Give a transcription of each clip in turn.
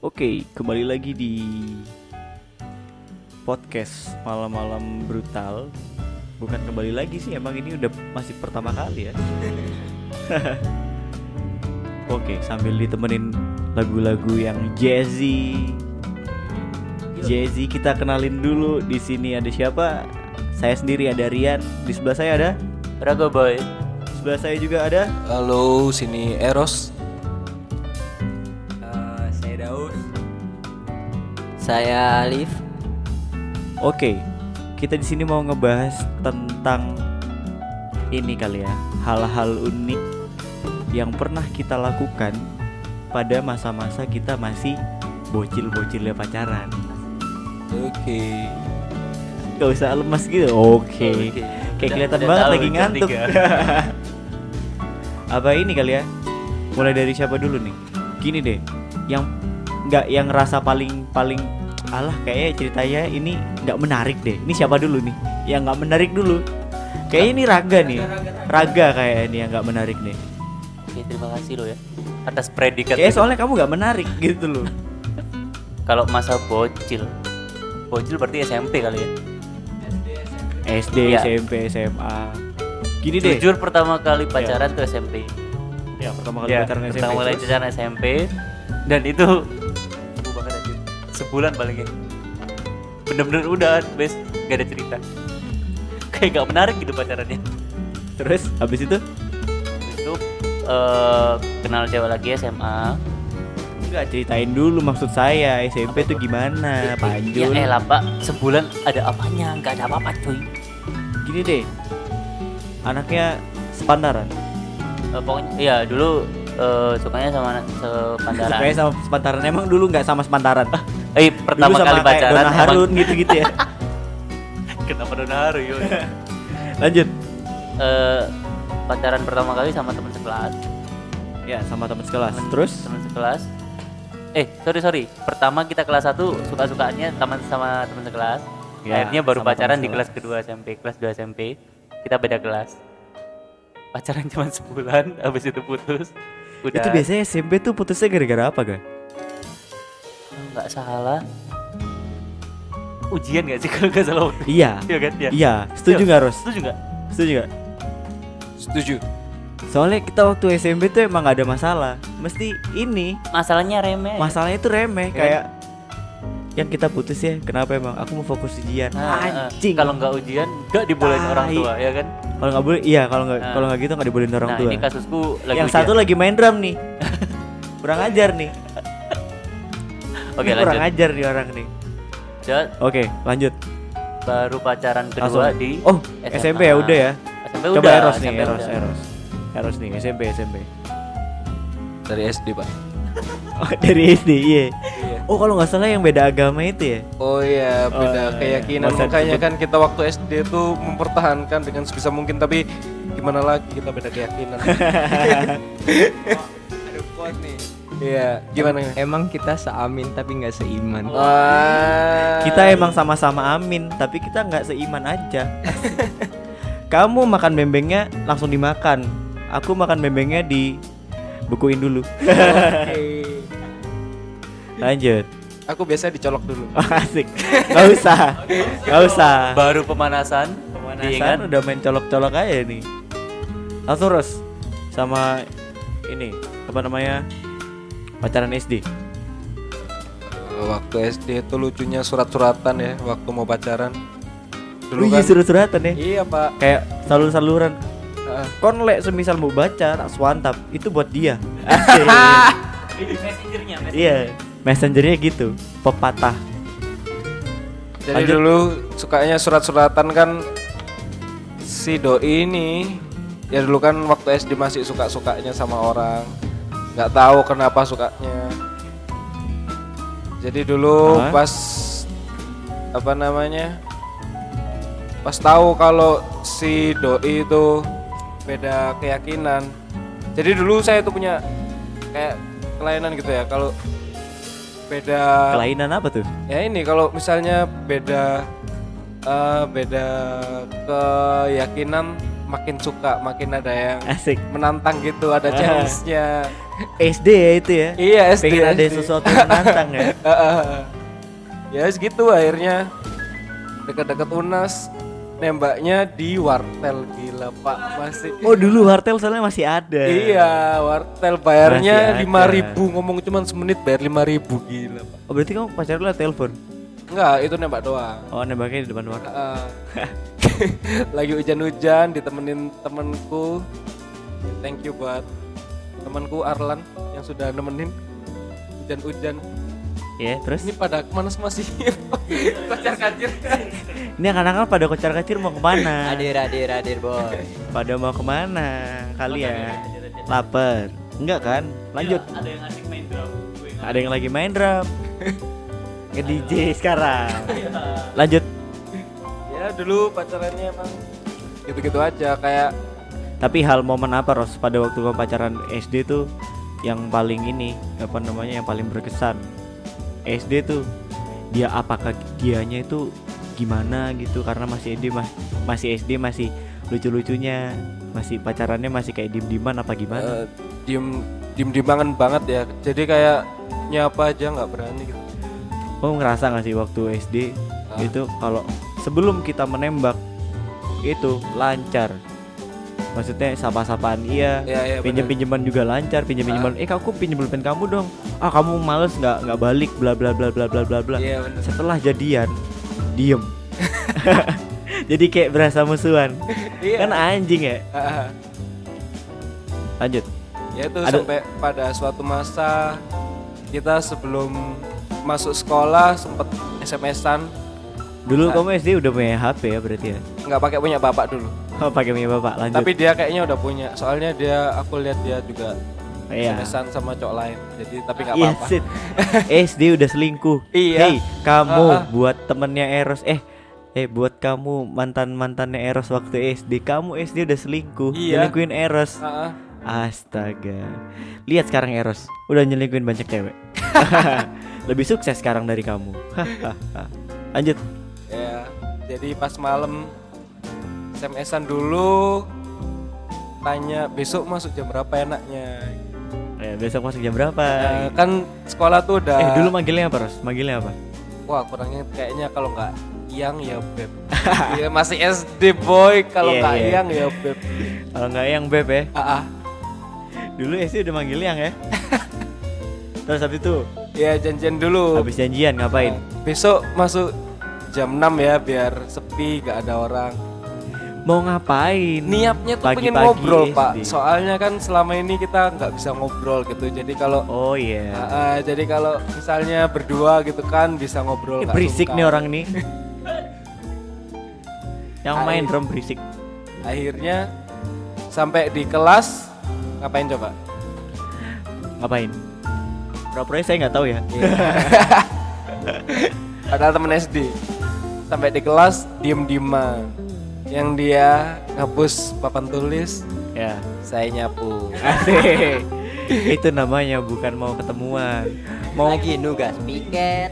Oke, kembali lagi di podcast malam-malam brutal. Bukan kembali lagi sih, emang ini udah masih pertama kali ya. Oke, sambil ditemenin lagu-lagu yang jazzy. Jazzy kita kenalin dulu. Di sini ada siapa? Saya sendiri ada Rian. Di sebelah saya ada Raga Boy. Sebelah saya juga ada Halo, Oh, sini Eros. Eh, saya Daud. Saya Alif. Oke, kita di sini mau ngebahas tentang ini kali ya, hal-hal unik yang pernah kita lakukan pada masa-masa kita masih bocil-bocilnya pacaran. Oke. Gak usah lemas gitu. Oke. Oke. Kayak Udah- kelihatan udah banget tahu, lagi jam ngantuk. tiga. Apa ini kali ya? Mulai dari siapa dulu nih? Gini deh, yang nggak yang rasa paling paling alah kayaknya ceritanya ini nggak menarik deh. Ini siapa dulu nih? Yang nggak menarik dulu. Kayaknya ini raga nih. Raga kayaknya ini yang nggak menarik nih. Oke, terima kasih lo ya atas predikat. Kayaknya itu. soalnya kamu nggak menarik gitu loh. Kalau masa bocil, bocil berarti SMP kali ya. SD, Iya. SMP, SMA. Gini deh. Jujur pertama kali pacaran tuh SMP. Ya pertama kali Ya, pacaran SMP. pertama kali terus? pacaran SMP dan itu Aku banget anjir. sebulan palingnya. Bener-bener udah, bes gak ada cerita. Kayak gak menarik gitu pacarannya. Terus habis itu? Itu eh, kenal cewek lagi SMA. Enggak ceritain dulu maksud saya SMP tuh gimana Ya Panjul eh lah pak, sebulan ada apanya? Gak ada apa-apa cuy. Eh, Gini deh Anaknya sepantaran Eh, pokoknya, ya dulu eh, sukanya sama anak sepantaran. Sukanya sama sepantaran Emang dulu nggak sama sepantaran eh pertama Dulu sama kali kayak pacaran Donna emang- Harun gitu-gitu ya Kenapa Dona Haru yo? Lanjut Eh, pacaran pertama kali sama teman sekelas. Ya sama teman sekelas Terus Teman sekelas. Eh sorry sorry, pertama kita kelas 1 suka sukaannya teman sama teman sekelas. Ya, Akhirnya baru sama teman pacaran di sekelas. kelas kedua SMP, kelas 2 SMP. Kita beda kelas. Pacaran cuma sebulan, habis itu putus. Udah. Itu biasanya SMP tuh putusnya gara-gara apa gak? Kalau nggak salah ujian nggak sih kalau nggak salah waktu itu? Iya Iya kan? Iya. Iya Setuju nggak Ros? setuju nggak Setuju nggak? Setuju. Soalnya kita waktu SMP tuh emang nggak ada masalah Mesti ini masalahnya remeh Masalahnya itu remeh Iya. Kayak yang kita putus ya kenapa emang aku mau fokus ujian Nah, eh, anjing kalau nggak ujian nggak dibolehin Tai. orang tua ya kan Kalau nggak boleh, iya kalau nggak Nah. kalau nggak gitu nggak dibolehin orang nah tua. ini kasusku lagi yang ujian. satu lagi main drum nih, kurang ajar nih. oke Ini kurang lanjut ajar nih orang nih. Ja, Oke, lanjut. baru pacaran kedua Langsung. di Oh, SMP ya udah ya. SMP Coba udah Eros nih, SMP Eros, udah. Eros. Eros nih, SMP, SMP. Dari SD, Pak. Oh, dari SD, iya. Oh, kalau nggak salah yang beda agama itu ya. Oh iya, Oh, beda iya. keyakinan. Masa Makanya disebut- kan kita waktu SD itu mempertahankan dengan sebisa mungkin tapi gimana lagi kita beda keyakinan. Aduh kuat nih. Iya, gimana? Emang kita seamin tapi nggak seiman. Wah. Kita emang sama-sama amin, tapi kita nggak seiman aja. Kamu makan bembengnya langsung dimakan. Aku makan bembengnya dibekuin dulu. Oke. Lanjut. Aku biasa dicolok dulu. Oh, Asik. Gak usah. Gak usah. baru pemanasan iya kan? diingat Pemanasan udah main colok-colok aja nih. Langsung Ros sama ini apa namanya? Pacaran SD. Waktu SD itu lucunya surat-suratan ya waktu mau pacaran. Lu Dulu kan. surat-suratan ya. Iya, Pak. Eh, Kayak salur-saluran. Heeh. Konlek semisal mau baca tak swantap itu buat dia. Asik. messengernya iya. Messengernya gitu, pepatah. Jadi Lanjut. dulu sukanya surat-suratan kan si doi ini ya dulu kan waktu SD masih suka-sukanya sama orang nggak tahu kenapa sukanya. Jadi dulu Hah? pas apa namanya pas tahu kalau si doi itu beda keyakinan. Jadi dulu saya itu punya kayak kelainan gitu ya kalau beda Kelainan apa tuh? ya ini kalau misalnya beda eh, beda keyakinan makin suka makin ada yang Asik. Eh. menantang gitu ada challenge-nya SD ya itu ya Iya, SD, pengen ada SD. sesuatu yang menantang ya Heeh. Eh, ya segitu akhirnya dekat-dekat Unas nembaknya di wartel gila Pak masih oh dulu wartel soalnya masih ada Iya, wartel bayarnya Masih ada. 5000 ngomong cuman semenit bayar 5000 gila Pak. oh, berarti kamu pacar lu lewat telepon Enggak, itu nembak doang. oh nembaknya di depan wartel Heeh. Eh, lagi hujan-hujan ditemenin temenku. Thank you buat temanku Arlan yang sudah nemenin hujan-hujan. ya terus Ini pada kemana semua sih? Kacar kacir. ini anak-anak pada kocar kacir mau kemana Hadir, hadir, hadir, boy. pada mau kemana kalian lapar enggak kan lanjut Ada yang asik main drum. Gue ada yang lagi main drum ke DJ sekarang lanjut ya dulu pacarannya emang gitu-gitu aja kayak tapi hal momen apa Ros pada waktu kamu pacaran SD tuh yang paling ini apa namanya yang paling berkesan SD tuh dia apakah dianya itu gimana gitu karena masih SD mas- masih SD masih lucu-lucunya masih pacarannya masih kayak diem-dieman apa gimana eh, diem diem dimangan banget ya. Jadi kayak nyapa aja nggak berani gitu. Kamu ngerasa nggak sih waktu SD Ah. itu kalau sebelum kita menembak itu lancar maksudnya sapa-sapaan iya Ya ya. pinjam pinjaman juga lancar pinjam pinjaman eh aku pinjam pulpen kamu dong ah kamu males nggak nggak balik bla bla bla bla bla bla bla Iya bener. setelah jadian diem jadi kayak berasa musuhan Iya. kan anjing ya Heeh. lanjut ya itu Ada- sampai pada suatu masa kita sebelum masuk sekolah sempet SMS-an dulu kamu SD udah punya HP ya berarti ya nggak pakai punya bapak dulu oh, pakai punya bapak lanjut tapi dia kayaknya udah punya soalnya dia aku lihat dia juga Iya. SMS-an sama cowok lain jadi tapi nggak Iya, apa-apa Sid. SD Eh, udah selingkuh. Iya. Hei, kamu Ah, ah. buat temennya Eros eh eh buat kamu mantan mantannya Eros waktu SD kamu SD udah selingkuh Iya. nyelingkuhin Eros. Heeh. Astaga. Lihat sekarang Eros, udah nyelingkuin banyak cewek. Lebih sukses sekarang dari kamu. Lanjut. ya jadi pas malam SMS-an dulu tanya besok masuk jam berapa enaknya Eh, besok masuk jam berapa? Eh, kan sekolah tuh udah eh, dulu manggilnya apa, Ros? Manggilnya apa? Wah kurangnya kayaknya kalau nggak yang ya beb. Iya masih SD boy kalau Iya, nggak iya. yang ya beb. Kalau nggak yang Beb ya. Ah, ah. Dulu SD udah manggil yang ya. Terus habis itu Ya janjian dulu. habis janjian ngapain? Besok masuk jam 6 ya biar sepi nggak ada orang. Mau ngapain? Niatnya tuh pengen Pagi-pagi ngobrol pak. SD. Soalnya kan selama ini kita nggak bisa ngobrol gitu. Jadi kalau Oh iya. Ah, ah, jadi kalau misalnya berdua gitu kan bisa ngobrol. Eh, nggak berisik sungkan. nih orang nih. Yang main Hai. drum berisik. Akhirnya sampai di kelas ngapain coba? Ngapain? Pura-pura saya nggak tahu ya. Padahal temen SD Sampai di kelas diem-dieman Yang dia ngapus papan tulis ya. Saya nyapu Asik. Itu namanya bukan mau ketemuan. Mau Lagi nugas piket.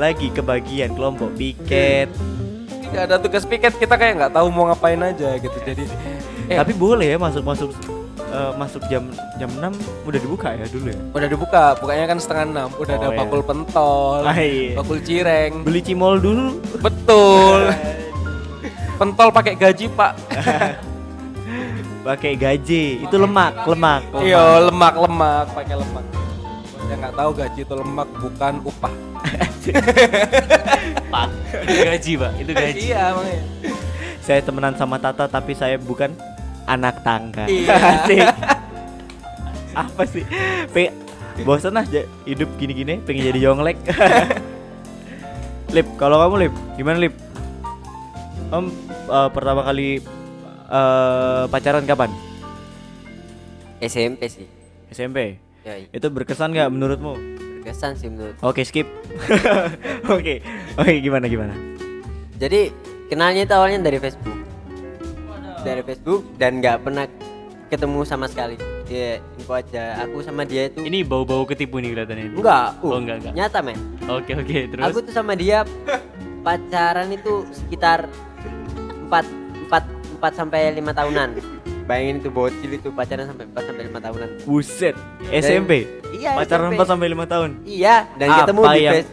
lagi kebagian kelompok piket. Tidak ada tugas piket kita kayak nggak tahu mau ngapain aja gitu Jadi eh, Tapi boleh ya masuk-masuk eh, masuk jam jam 6 udah dibuka ya dulu ya. udah dibuka Bukanya kan setengah enam Udah Oh, ada iya. bakul pentol Ah, iya. Bakul cireng Beli cimol dulu. Betul Pentol pakai gaji pak Pakai gaji. Itu lemak, lemak. lemak. Iya lemak-lemak Pakai lemak Yang nggak tahu gaji itu lemak bukan upah Pak. Itu gaji, Pak. Itu gaji. Iya makanya Saya temenan sama Tata tapi saya bukan anak tangga. Iya. Asik. Apa sih? Pe bosan ah ja- hidup gini-gini pengen jadi jonglek. Lip, kalau kamu Lip, gimana Lip? Om eh, pertama kali eh, pacaran kapan? SMP sih SMP. ya i- Itu berkesan nggak menurutmu? berkesan sih menurut Oke, skip. Oke. Oke, gimana gimana? jadi kenalnya itu awalnya dari Facebook dari Facebook dan nggak pernah ketemu sama sekali dia info aja aku sama dia itu Ini bau-bau ketipu nih kelihatannya. enggak Oh, uh, enggak, enggak. nyata men Oke, oke. Terus aku tuh sama dia pacaran itu sekitar 4 empat empat sampai lima tahunan bayangin itu bocil itu pacaran sampai 4 sampai 5 tahunan Buset, SMP. Iya, Pacaran SMP. 4 sampai 5 tahun. iya dan apa ketemu di yang face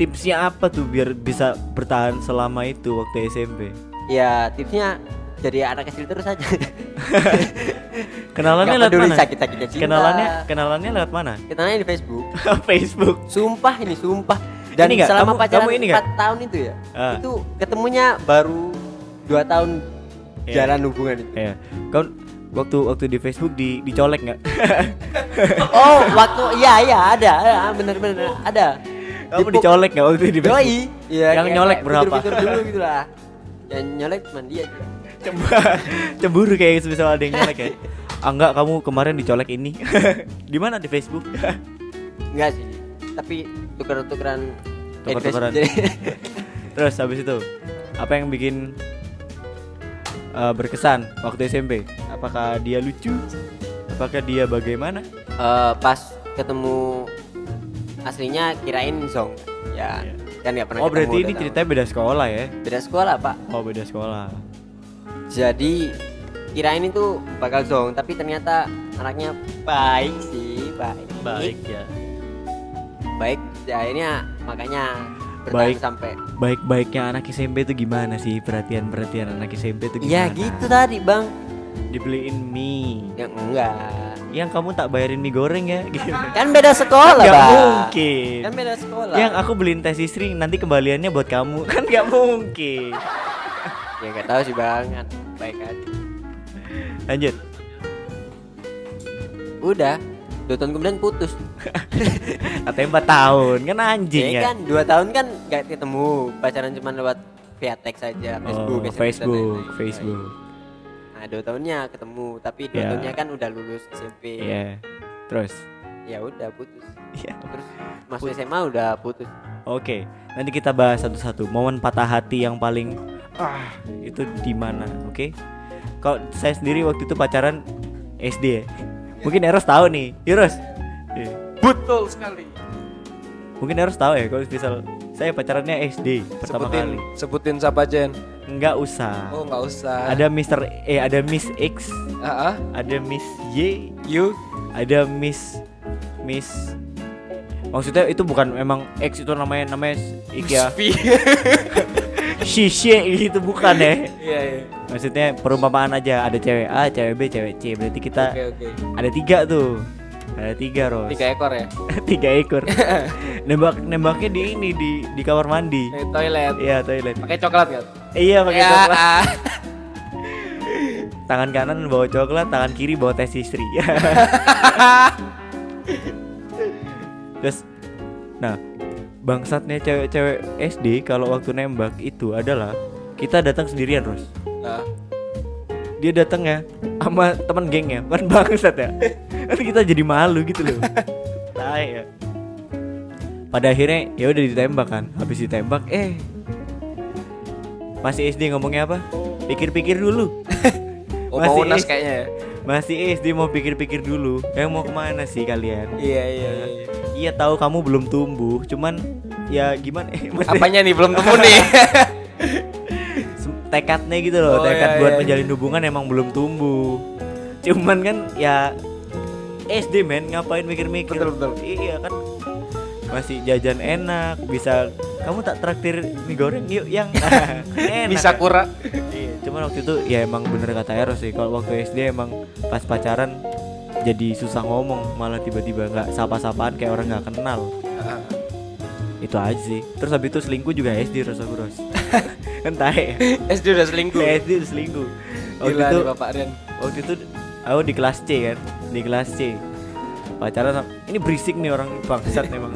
tipsnya apa tuh biar bisa bertahan selama itu waktu SMP? ya tipsnya jadi anak kecil terus aja Kenalannya Nggak lewat peduli mana? sakit-sakitnya cinta. Kenalannya kenalannya lewat mana? kenalnya di Facebook Facebook. sumpah ini sumpah dan Ini nggak? selama Kamu- pacaran kamu ini nggak? 4 tahun itu ya Ah. itu ketemunya baru 2 tahun Iya. jalan hubungan itu Ya. Kau waktu waktu di Facebook di dicolek nggak? oh waktu iya iya ada ada, bener-bener ada Kamu Dipuk- dicolek nggak waktu di Facebook? Doi. Iya, Yang kayak- nyolek kayak berapa? fitur-fitur dulu gitu lah. Yang nyolek cuma dia juga. Cemba- Cemburu kayak misal ada yang nyolek ya. Ah enggak, kamu kemarin dicolek ini. di mana di Facebook? Enggak sih. Tapi tuker-tukeran eh, Tuker-tukeran. jadi- Terus habis itu apa yang bikin eh, berkesan waktu SMP? Apakah dia lucu? Apakah dia bagaimana? Eh, pas ketemu aslinya kirain zong. Ya, Iya. kan nggak pernah Oh berarti ketemu, ini udah ceritanya beda sekolah ya? tahu. beda sekolah, Pak. Oh beda sekolah. Jadi kirain itu bakal zong, tapi ternyata anaknya baik sih, baik. baik ya Baik. Ya, akhirnya makanya bertahan Baik. sampai Baik-baiknya anak SMP itu gimana sih? Perhatian-perhatian anak SMP itu Ya gimana? gitu tadi, Bang. Dibeliin mie Ya enggak. yang kamu tak bayarin mie goreng ya gitu. Kan beda sekolah, Nggak Bang. Ya mungkin. Ya Kan beda sekolah. Yang aku beliin tes istri nanti kembaliannya buat kamu kan nggak mungkin. Ya enggak tahu sih, Bang. Kan Baik aja. Lanjut. Udah, dua tahun kemudian putus. Katanya 4 tahun kan anjing Ya ya. kan dua tahun kan nggak ketemu, pacaran cuma lewat via teks saja, Facebook, Oh, SMS, dan Facebook, lain-lain. Facebook. Nah, dua tahunnya ketemu, tapi dua Ya. tahunnya kan udah lulus SMP. Iya. Terus. Ya udah putus. Iya. Terus masuk SMA udah putus. Oke, nanti kita bahas satu-satu momen patah hati yang paling ah itu di mana, oke? Kalau saya sendiri waktu itu pacaran SD ya. Mungkin Eros tahu nih. Eros. Iya. Betul sekali. Mungkin Eros tahu ya kalau misal saya pacarannya SD pertama sebutin, kali. sebutin siapa Jen? Enggak usah. Oh nggak usah. Ada Mr. eh ada Miss X, Ah, ah. ada Miss Y, you ada Miss Miss Maksudnya itu bukan emang X itu namanya namanya X ya. V. Shishe gitu bukan ya. Iya iya. Maksudnya perumpamaan aja ada cewek A, cewek B, cewek C. Berarti kita Oke oke. ada tiga tuh. Ada tiga Ros. Tiga ekor ya. Tiga ekor. nembak nembaknya di ini di di kamar mandi. Di toilet. Iya toilet. Pakai coklat nggak? Iya pakai Ya, coklat. ah. Tangan kanan bawa coklat, tangan kiri bawa tes istri. Terus, nah bangsatnya cewek-cewek SD kalau waktu nembak itu adalah kita datang sendirian Ros. Ah. dia datang ya sama teman gengnya kan bangsat ya nanti kita jadi malu gitu loh tai ya pada akhirnya ya udah ditembak kan habis ditembak eh masih SD ngomongnya apa pikir-pikir dulu Oh, mau unas SD kayaknya ya. masih SD mau pikir-pikir dulu yang mau kemana sih kalian Iya iya. iya. iya tahu kamu belum tumbuh cuman ya gimana eh, maksudnya- Apanya nih belum temu nih? Sem- tekadnya gitu Oh, loh tekad iya, buat iya. menjalin hubungan emang belum tumbuh cuman kan ya SD men ngapain mikir-mikir Betul, betul. iya kan masih jajan enak bisa kamu tak traktir mie goreng yuk yang Nah, enak Bisa kura. Iya, cuman waktu itu ya emang bener kata Eros sih kalau waktu SD emang pas pacaran jadi susah ngomong malah tiba-tiba nggak sapa-sapaan kayak orang nggak kenal Ah. itu aja sih terus habis itu selingkuh juga SD Ros aku Ros entah ya SD Eh, udah selingkuh. Di SD udah Eh, selingkuh. Waktu Gila itu nih Bapak Ren. waktu itu aku di kelas C kan, di kelas C. Pacaran sama- ini berisik nih orang bangsat memang.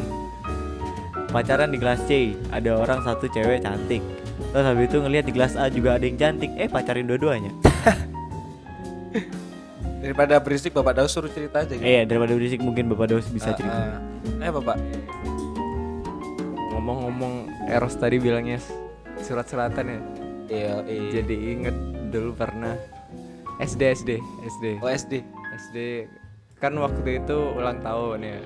Pacaran di kelas C, ada orang satu cewek cantik. Terus habis itu ngelihat di kelas A juga ada yang cantik. Eh pacarin dua-duanya. Daripada berisik Bapak Daus suruh cerita aja gitu. Eh ya, daripada berisik mungkin Bapak Daus Ah, bisa cerita. ah. Eh Bapak. ngomong-ngomong Eros tadi bilangnya s- surat-suratan ya Iya, iya. jadi inget dulu pernah SD SD SD Oh, SD. SD kan waktu itu ulang tahun ya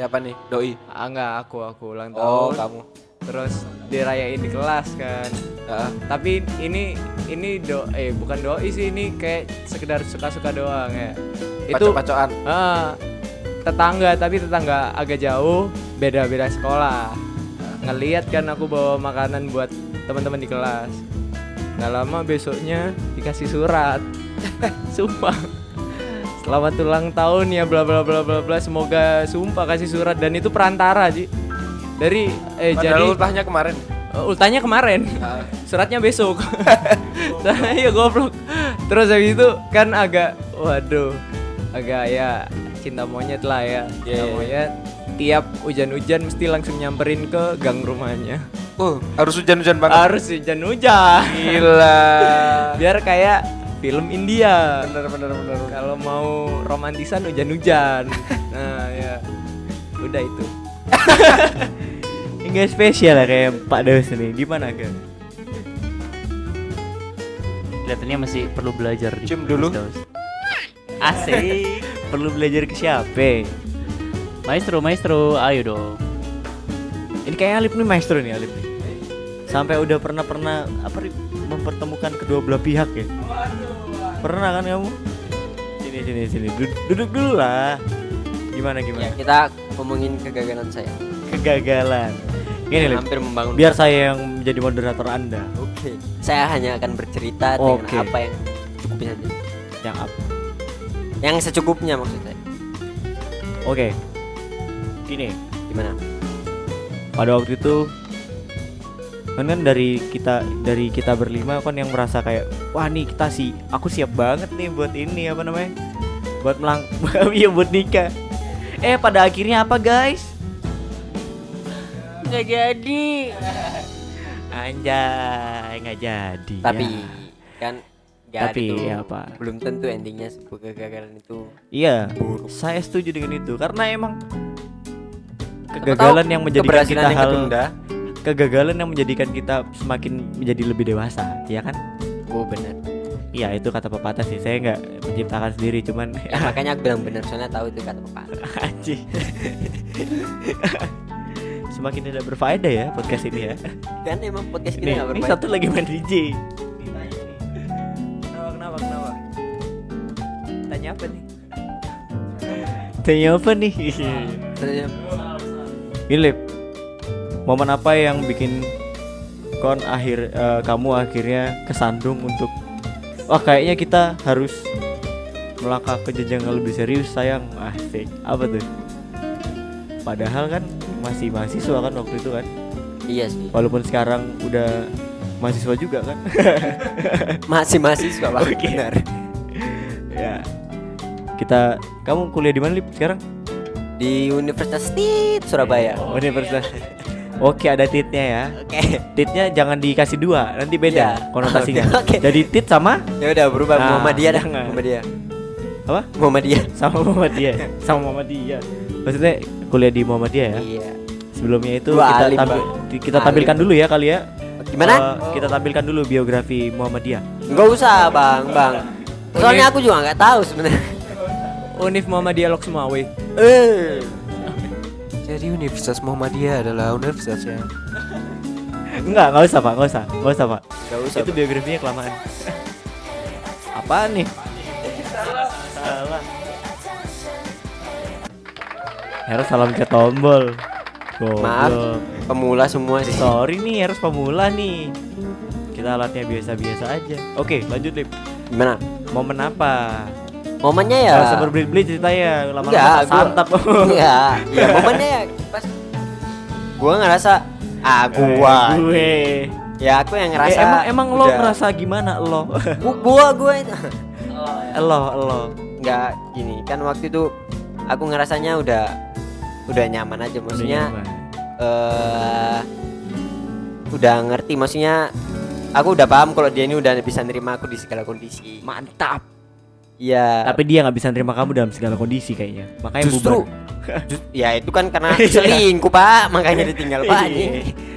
Siapa nih? Doi. ah nggak aku aku ulang Oh, tahun kamu. terus dirayain di kelas kan Heeh. Tapi ini ini do eh bukan doi sih ini kayak sekedar suka-suka doang ya. Itu Pacok-pacokan. Ah, tetangga tapi tetangga agak jauh beda-beda sekolah ngeliat kan aku bawa makanan buat teman-teman di kelas nggak lama besoknya dikasih surat sumpah selamat ulang tahun ya bla bla bla bla bla semoga sumpah kasih surat dan itu perantara Ji dari eh Padahal jadi ultahnya kemarin. Eh, ultanya kemarin Ah. suratnya besok iya goblok terus habis itu kan agak waduh agak ya cinta monyet lah ya cinta Iya, iya. monyet tiap hujan-hujan mesti langsung nyamperin ke gang rumahnya Uh, harus hujan-hujan Ah. banget. harus hujan-hujan Gila. biar kayak film India bener bener bener. bener. kalau mau romantisan hujan-hujan nah ya udah itu Enggak spesial lah kayak Pak Deus nih. Gimana kan? Kelihatannya masih perlu belajar di Cium dulu. Windows. Asik. Perlu belajar ke siapa? Maestro, maestro, ayo dong. Ini kayak Alip nih maestro nih Alip nih. Iya. Sampai udah pernah pernah apa Rip? mempertemukan kedua belah pihak ya? Pernah kan kamu? Sini sini sini Dud- duduk dulu lah. Gimana Ya, gimana? kita ngomongin kegagalan saya. Kegagalan. Gini Lip. Iya, Hampir membangun. Biar saya yang menjadi moderator Anda. Oke. Saya hanya akan bercerita Oke. dengan apa yang cukup saja. Yang up. Yang secukupnya maksud saya. Oke. Gini. Gimana? pada waktu itu kan kan dari kita dari kita berlima kan yang merasa kayak wah nih kita sih aku siap banget nih buat ini apa namanya buat melang iya buat nikah eh pada akhirnya apa guys nggak jadi anjay nggak jadi Tapi ya. kan gak Tapi, ada tuh. ya apa? Belum tentu endingnya sebuah kegagalan itu. Iya, Buruk. saya setuju dengan itu karena emang Siapa kegagalan tahu yang menjadikan keberhasilan kita yang hal ketunda. kegagalan yang menjadikan kita semakin menjadi lebih dewasa, ya kan? Oh benar. Iya itu kata pepatah sih saya nggak menciptakan sendiri cuman Ya, makanya aku bilang benar soalnya tahu itu kata pepatah. anjing semakin tidak berfaedah ya podcast ini ya Kan emang podcast kita ini, nggak ini bermain. satu lagi main DJ kenapa kenapa kenapa tanya apa nih tanya apa nih Iya, Soalnya ini Lip momen apa yang bikin kon akhir eh, kamu akhirnya kesandung untuk wah kayaknya kita harus melangkah ke jenjang yang lebih serius sayang asik apa tuh padahal kan masih mahasiswa kan waktu itu kan Iya sih. Walaupun sekarang udah mahasiswa juga kan. Masih mahasiswa Pak. Oke. Benar. ya. Kita kamu kuliah di mana Lip sekarang? Di Universitas Tit Surabaya. Oh, Universitas. Oke, ada titnya ya. Oke. Titnya jangan dikasih dua, nanti beda Iya. konotasinya. Oke, oke. Jadi tit sama Ya udah berubah Nah, Muhammadiyah dah. jangan. Muhammadiyah. apa? Muhammadiyah. Sama Muhammadiyah. sama Muhammadiyah. Maksudnya kuliah di Muhammadiyah ya. Iya. Sebelumnya itu Dua kita alim, tampil- Pak. di- kita tampilkan Alim. dulu ya kali ya. Gimana? Eh, kita tampilkan dulu biografi Muhammadiyah. Enggak usah, Bang, Bang. Iya. Soalnya aku juga nggak tahu sebenarnya. Unif Mama Dialog Semawe Eh. Jadi Universitas Muhammadiyah adalah universitas yang Enggak, enggak usah, Pak. Enggak usah. Enggak usah, Pak. Enggak usah. Itu biografinya kelamaan. Apaan nih? Salah. Harus salam ke tombol. Goblok. Maaf, pemula semua sih. Sorry nih, harus pemula nih. Kita alatnya biasa-biasa aja. Oke, lanjut Lip. Gimana? Momen apa? Momennya ya. Gak usah berbelit-belit ceritanya Enggak, lama-lama gua- santap. Iya. Enggak. Ya momennya ya pas gua ngerasa ah gua. Eh, Gue. Ya aku yang Eh, ngerasa. emang emang lo udah. ngerasa gimana lo? Gu- Gua gua itu. Oh, ya. lo lo. Enggak gini, kan waktu itu aku ngerasanya udah udah nyaman aja maksudnya eh udah ngerti maksudnya aku udah paham kalau dia ini udah bisa nerima aku di segala kondisi. Mantap. Iya. Tapi dia nggak bisa terima kamu dalam segala kondisi kayaknya. Makanya Justru- bubar. Ju- ya itu kan karena Iya. selingkuh pak makanya ditinggal pak ini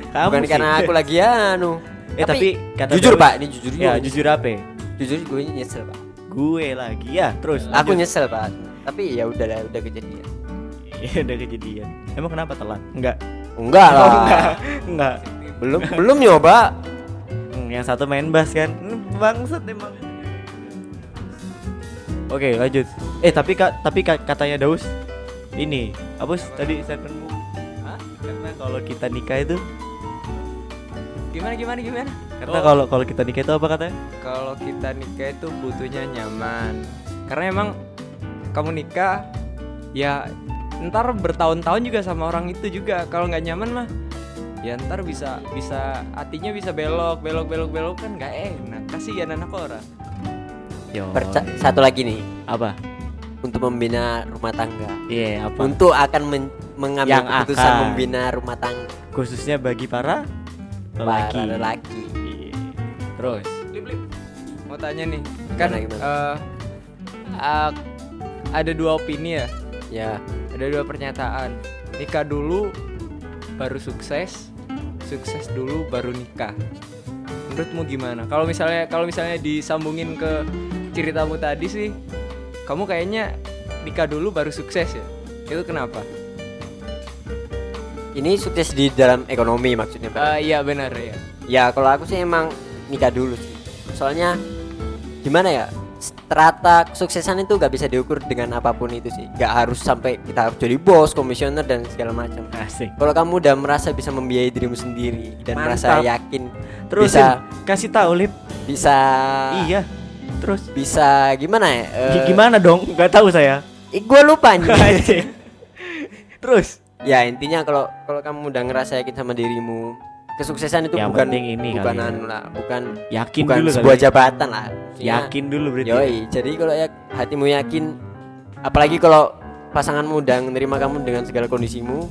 Eh, Kamu bukan sih. karena aku lagi anu Eh tapi, kata jujur Deus- pak ini jujur Ya gua. jujur apa? ya? jujur gue nyesel pak Gue lagi ya. Terus. lanjut. aku nyesel pak tapi ya udah lah, udah kejadian Iya udah kejadian. Emang kenapa telat? Enggak. Oh, enggak lah Enggak. Enggak. belum belum nyoba Hmm. yang satu main bass kan Hmm, bangsat emang oke lanjut eh tapi kak tapi ka- katanya Daus ini apa sih tadi statementmu karena kalau kita nikah itu Gimana gimana gimana? karena Oh. kalau kalau kita nikah itu apa katanya kalau kita nikah itu butuhnya nyaman karena emang kamu nikah ya ntar bertahun-tahun juga sama orang itu juga kalau nggak nyaman mah ya ntar bisa bisa hatinya bisa belok belok belok belok kan nggak enak kasihan anak orang Yo, Perca- satu lagi nih apa untuk membina rumah tangga iya apa untuk akan men- mengambil Yang keputusan akan. membina rumah tangga khususnya bagi para para lelaki lelaki Iya. terus mau tanya nih kan Gimana, gimana? eh, ak- ada dua opini ya ya ada dua pernyataan nikah dulu baru sukses sukses dulu baru nikah menurutmu gimana kalau misalnya kalau misalnya disambungin ke ceritamu tadi sih kamu kayaknya nikah dulu baru sukses ya itu kenapa ini sukses di dalam ekonomi maksudnya Pak. Eh, iya benar ya Ya kalau aku sih emang nikah dulu sih. Soalnya gimana ya strata kesuksesan itu gak bisa diukur dengan apapun itu sih. Gak harus sampai kita harus jadi bos, komisioner dan segala macam. asik Kalau kamu udah merasa bisa membiayai dirimu sendiri dan Mantap. merasa yakin terus bisa Ah. kasih tahu lip bisa iya terus bisa gimana ya? Gi- gimana dong nggak tahu saya gue lupa nih. terus ya intinya kalau kalau kamu udah ngerasa yakin sama dirimu kesuksesan itu Yang bukan penting ini kali bukan ya. anu lah, bukan yakin bukan dulu sebuah kali. ya. jabatan lah. Maksudnya- yakin dulu berarti Iya. Yoi, jadi kalau ya hatimu yakin apalagi kalau pasanganmu udah menerima kamu dengan segala kondisimu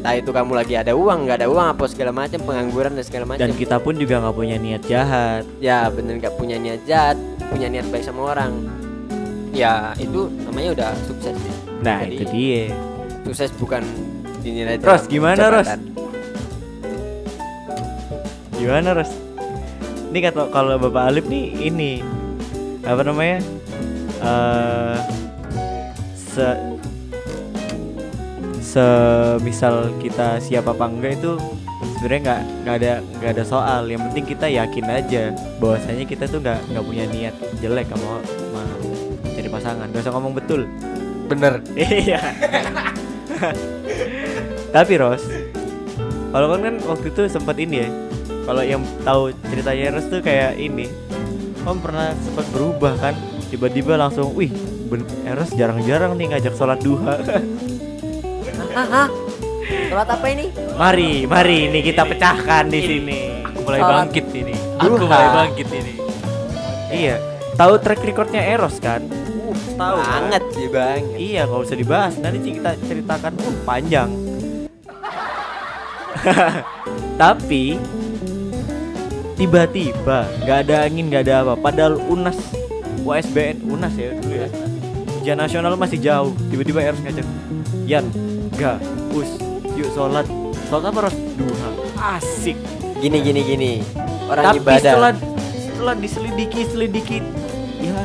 entah itu kamu lagi ada uang nggak ada uang apa segala macam pengangguran dan segala macam dan kita pun juga nggak punya niat jahat ya bener nggak punya niat jahat punya niat baik sama orang ya itu namanya udah sukses sih. nah Jadi- itu dia sukses bukan dinilai Ros, dalam gimana, Ros? jabatan. gimana res ini kata kalau bapak Alif nih ini apa namanya eh se semisal kita siap apa enggak itu sebenarnya nggak nggak ada nggak ada soal yang penting kita yakin aja bahwasanya kita tuh nggak nggak punya niat jelek sama sama cari pasangan gak usah ngomong betul bener Iya. Tapi Ros, kalau kan kan waktu itu sempat ini ya. Kalau yang tahu ceritanya Ros tuh kayak ini. Om pernah sempat berubah kan? Tiba-tiba langsung, wih, ben Eros jarang-jarang nih ngajak sholat duha. Hah, hah? sholat apa ini mari, mari, ini kita pecahkan di sini. Aku mulai Salah. bangkit ini. Aku mulai bangkit ini. Iya. Tahu track recordnya Eros kan? Uh, tahu. banget sih bang Iya, nggak usah dibahas. Nanti kita ceritakan uh, panjang. Tapi tiba-tiba nggak ada angin, nggak ada apa. Padahal UNAS, USBN, UNAS ya dulu ya. Ujian nasional masih jauh. Tiba-tiba harus ngajak. Yan, ga, us, yuk sholat. Sholat apa harus duha? Asik. gini gini gini orang Tapi ibadah setelah setelah diselidiki selidiki, ya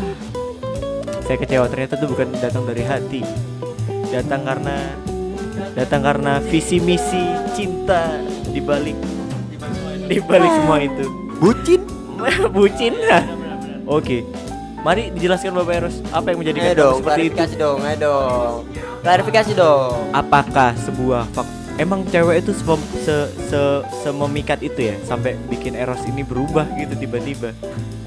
saya kecewa ternyata itu bukan datang dari hati, datang karena datang karena visi misi cinta di balik di balik semua itu bucin bucin. Oke, mari dijelaskan bapak Eros apa yang menjadi ayo dong seperti itu. klarifikasi dong ayo dong klarifikasi dong Apakah sebuah fak Emang cewek itu se, se, se, sememikat itu ya sampai bikin Eros ini berubah gitu tiba-tiba.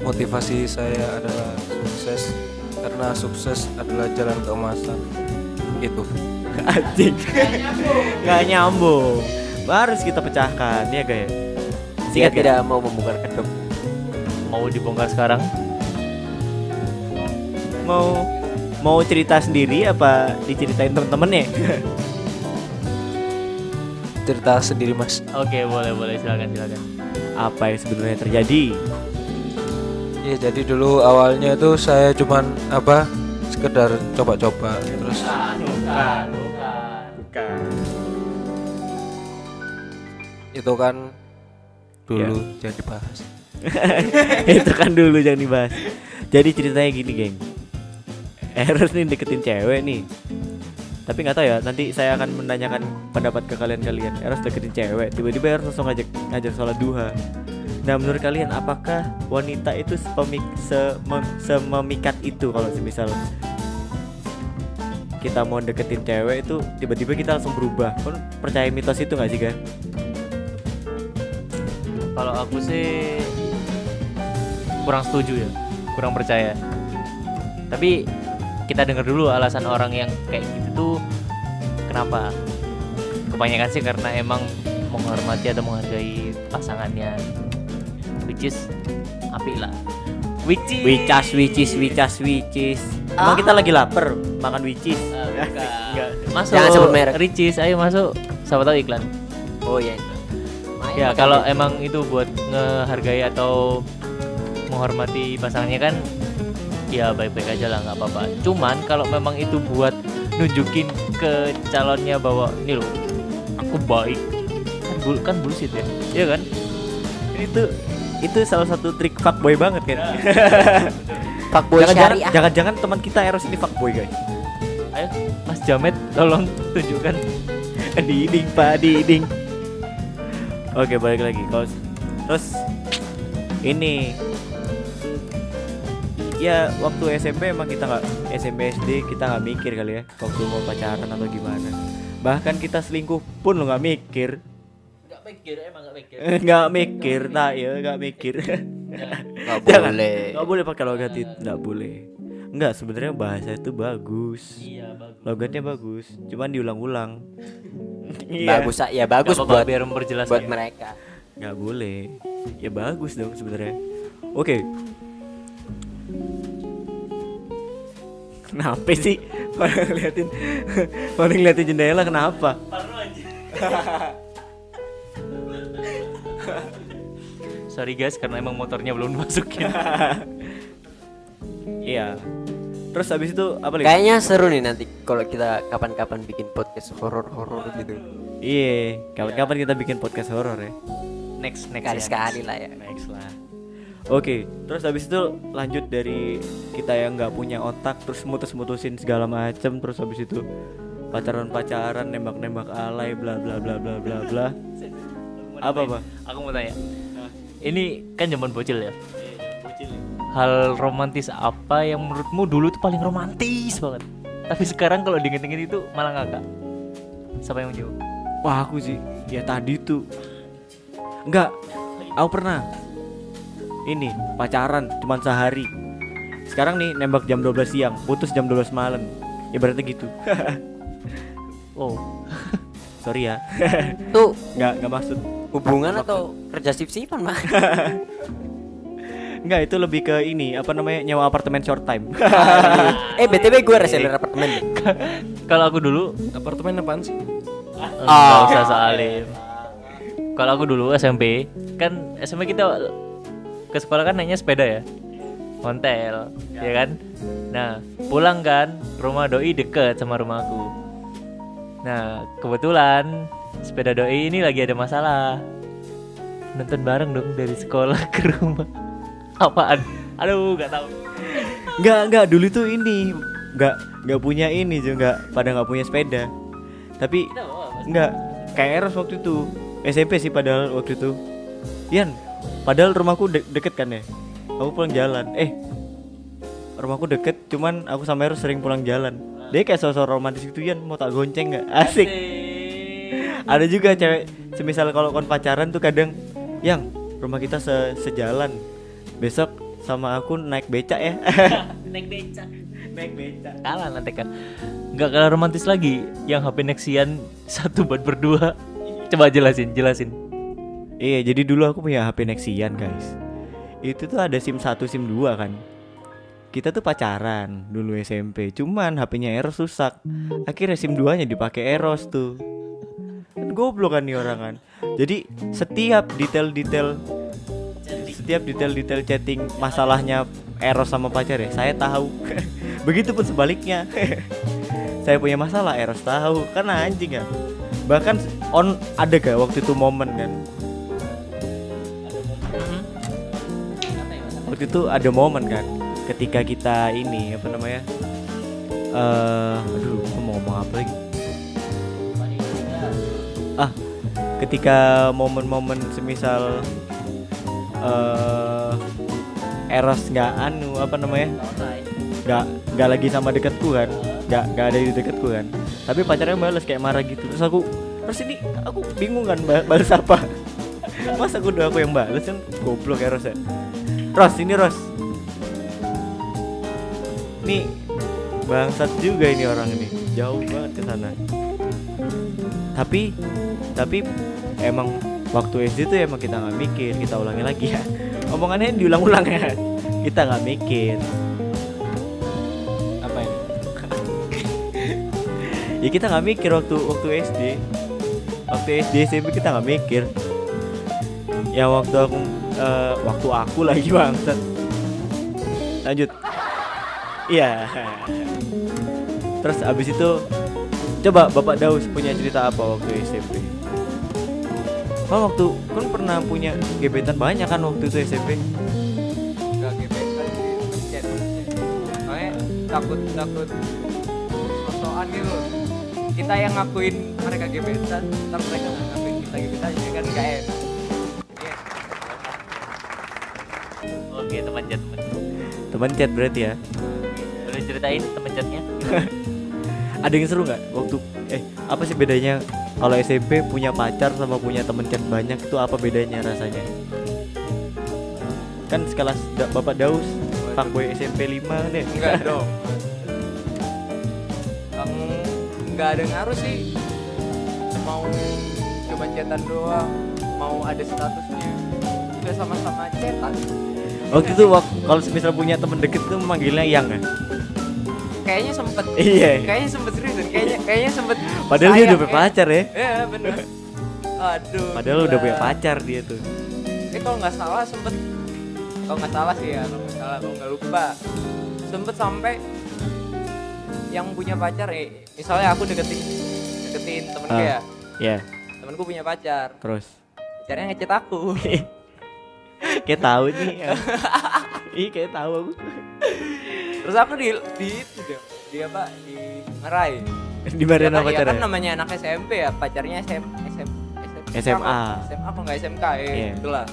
motivasi saya adalah sukses karena sukses adalah jalan keemasan itu anjing nggak nyambung baru kita pecahkan ya guys Dia singkat Iya, tidak mau membuka kedok Mau dibongkar sekarang? nggak? mau mau cerita sendiri apa diceritain temen-temen ya cerita sendiri mas Oke, boleh boleh silakan silakan. apa yang sebenarnya terjadi ya jadi dulu awalnya itu saya cuman apa sekedar coba-coba terus itu kan dulu jadi dibahas itu kan dulu jangan dibahas jadi ceritanya gini geng Eros nih deketin cewek nih tapi nggak tahu ya nanti saya akan menanyakan pendapat ke kalian kalian Eros deketin cewek tiba-tiba Eros langsung ngajak ngajak sholat duha Nah menurut kalian apakah wanita itu sepemik, semem- sememikat itu kalau semisal kita mau deketin cewek itu tiba-tiba kita langsung berubah Kan percaya mitos itu nggak sih kan? Kalau aku sih kurang setuju ya, kurang percaya. Tapi kita dengar dulu alasan orang yang kayak gitu tuh kenapa. Kebanyakan sih karena emang menghormati atau menghargai pasangannya. Which is api lah. Which is Wicas, wicis, wicas, wicis Emang kita lagi lapar makan wicis Ah, bukan. Nggak. Masuk. Jangan sebut merek. Ricis, ayo masuk. Siapa tahu iklan. Oh iya. gitu. Ya kalau emang itu buat ngehargai atau menghormati pasangannya kan ya baik-baik aja lah nggak apa-apa. Cuman kalau memang itu buat nunjukin ke calonnya bahwa ini loh aku baik kan bul kan bullshit ya, iya kan? Itu itu salah satu trik fuckboy banget Iya. kan? fuckboy Jangan-jangan syariah. jangan-jangan teman kita Eros ini fuckboy guys Ayo Mas Jamet tolong tunjukkan. Diding pak diding Oke balik lagi kalau terus ini ya waktu SMP emang kita nggak SMP SD kita nggak mikir kali ya waktu mau pacaran atau gimana bahkan kita selingkuh pun lo nggak mikir Enggak mikir, emang enggak mikir. nggak mikir tak ya nggak mikir Nggak Jangan. boleh. nggak boleh pakai logat itu nggak boleh nggak sebenarnya bahasa itu bagus Iya, bagus. logatnya bagus cuman diulang-ulang Iya. Bagus ya bagus Nggak apa-apa, buat biar memperjelas buat ya. mereka. nggak boleh ya bagus dong sebenarnya oke kenapa sih orang ngeliatin orang ngeliatin jendela kenapa Sorry guys karena emang motornya belum dimasukin. iya terus habis itu apa lagi Kayaknya seru nih nanti kalau kita kapan-kapan bikin podcast horor-horor gitu. iya kapan-kapan kita bikin podcast horor ya next next ya, Sekali-sekali next. lah ya. Next lah. Oke, terus habis itu lanjut dari kita yang nggak punya otak, terus mutus-mutusin segala macem, terus habis itu pacaran-pacaran, nembak-nembak alay, bla bla bla bla bla bla. Apa pak? Aku mau tanya. Ini kan zaman bocil ya. Hal romantis apa yang menurutmu dulu tuh paling romantis banget? Tapi sekarang kalau diinget-inget itu malah ngakak. Siapa yang mau jawab? Wah aku sih, ya tadi tuh Enggak, aku pernah Ini, pacaran cuman sehari Sekarang nih nembak jam 12 siang, putus jam 12 malam Ibaratnya gitu Oh, Sorry ya, Tuh nggak, nggak maksud hubungan atau kerja sip-sipan, Pak? Enggak, itu lebih ke ini, apa namanya, nyawa apartemen short time eh, BTW gue reseller apartemen. kalau aku dulu Apartemen apaan sih? Enggak Eh, usah salim. Kalau aku dulu SMP, kan SMP kita ke sekolah kan naiknya sepeda ya. Hotel, ya, kan? Nah, pulang kan rumah doi deket sama rumahku. Nah, kebetulan sepeda doi ini lagi ada masalah. Nonton bareng dong dari sekolah ke rumah. Apaan? Aduh, nggak tahu. Enggak, enggak, dulu tuh ini Enggak, enggak punya ini juga, pada nggak punya sepeda Tapi Enggak, kayak Eros waktu itu SMP sih padahal waktu itu Yan, padahal rumahku de- deket kan ya Aku pulang jalan Eh, rumahku deket Cuman aku sama Eros sering pulang jalan Dia kayak sosok romantis gitu Yan, mau tak gonceng nggak? Asik Ada juga cewek Semisal kalau kon pacaran tuh kadang Yang, rumah kita se- sejalan Besok sama aku naik becak ya Naik becak. Naik becak Kalah nanti kan. Nggak kalah romantis lagi yang HP Nexian satu buat berdua. Coba jelasin, jelasin. Iya, jadi dulu aku punya HP Nexian, guys. Itu tuh ada SIM 1, SIM 2 kan. Kita tuh pacaran dulu SMP, cuman HP-nya Eros rusak. Akhirnya SIM 2-nya dipakai Eros tuh. Kan goblok kan nih orang kan. Jadi setiap detail-detail setiap detail-detail chatting masalahnya Eros sama pacar ya, saya tahu. Begitupun sebaliknya. saya punya masalah Eros tahu, karena anjing ya. Bahkan on ada gak waktu itu momen kan waktu itu ada momen kan ketika kita ini apa namanya eh aduh aku mau ngomong apa lagi ah ketika momen-momen semisal eh Eros nggak anu apa namanya nggak nggak lagi sama deketku kan nggak nggak ada di deketku kan tapi pacarnya balas kayak marah gitu terus aku terus ini aku bingung kan ba- balas apa masa aku udah aku yang balas kan goblok Eros ya Ros ini Ros nih bangsat juga ini orang ini jauh banget ke sana tapi tapi emang waktu SD tuh emang kita nggak mikir kita ulangi lagi ya omongannya diulang-ulang ya kita nggak mikir apa ini ya kita nggak mikir waktu waktu SD waktu SD SMP kita nggak mikir ya waktu aku eh, waktu aku lagi bangsat lanjut iya terus abis itu coba bapak Daus punya cerita apa waktu SMP Kan waktu kan pernah punya gebetan banyak kan waktu itu SMP Gak gebetan sih, pencet Soalnya takut-takut sosokan gitu loh. Kita yang ngakuin mereka gebetan, ntar mereka nggak ngakuin kita gebetan, jadi kan gak enak Oke teman chat teman chat. teman chat berarti ya Boleh ceritain teman chatnya? ada yang seru nggak waktu eh apa sih bedanya kalau SMP punya pacar sama punya temen chat banyak itu apa bedanya rasanya kan skala da- bapak Daus fuckboy SMP 5 kan ya Enggak dong Kamu nggak ada ngaruh sih Mau cuma cetan doang Mau ada statusnya Udah sama-sama cetan waktu itu wak- kalau misal punya temen deket tuh manggilnya yang ya Kayaknya sempet Iya. Kayaknya sempet serius dan kayaknya, kayaknya sempet padahal dia sayang udah punya ya. pacar ya Iya bener Aduh padahal gila. udah punya pacar dia tuh Eh kalau nggak salah sempet Kalau nggak salah sih ya Kalau nggak salah Kalau nggak lupa Sempet sampai Yang punya pacar eh, Misalnya aku deketin Deketin temenku Ah. ya ya Temenku punya pacar terus Pacarnya ngechat aku kayak tahu nih ya. ih kayak tahu aku Terus aku di Di itu deh Di apa Di ngerai di mana nama Ya kan- ya kan pacarnya namanya anak SMP ya Pacarnya SM, SM, SMA. SMA apa nggak SMK ya Iya. Itulah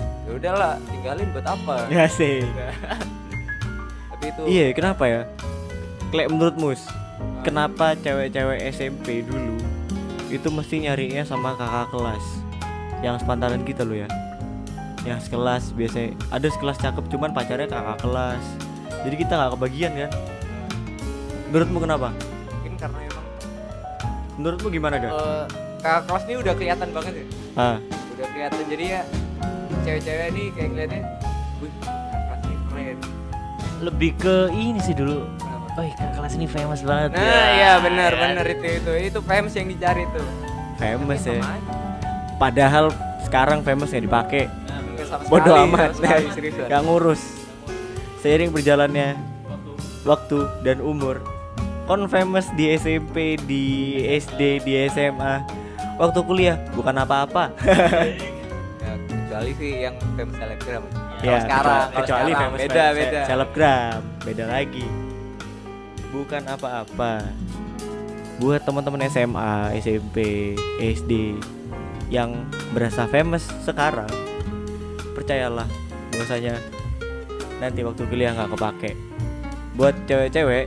Ya udahlah Tinggalin buat apa ya sih Tapi itu Iya, kenapa ya? Kayak menurut Mus, kenapa cewek-cewek SMP dulu itu mesti nyarinya sama kakak kelas yang sepantaran kita loh ya. Yang sekelas biasanya ada sekelas cakep cuman pacarnya kakak kelas. Jadi kita nggak kebagian kan? Menurutmu kenapa? Mungkin karena emang Menurutmu gimana gak? Oh, Eh, kakak kelas ini udah kelihatan banget ya Ah, udah kelihatan jadi ya cewek-cewek ini kayak kelihatannya wih kakak kelas ini keren Lebih ke ini sih dulu. Oh kelas ini famous banget. nah Iya, ya benar benar itu itu itu fans yang dicari tuh famous ya. sama aja. Padahal sekarang famous nggak dipakai. Nggak sama Bodoh sekali, amat. ya, sama sekali, seriusan. Gak ngurus. Seiring berjalannya waktu dan umur, kon famous di SMP, di SD, di SMA. Waktu kuliah bukan apa-apa. ya, kecuali sih yang fans selebgram ya, kecuali- kalau sekarang kalau kecuali sekarang, famous beda se- beda selebgram, beda lagi. Bukan apa-apa. Buat teman-teman SMA, SMP, SD yang berasa famous sekarang, percayalah bahwasanya nanti waktu kuliah nggak kepake. Buat cewek-cewek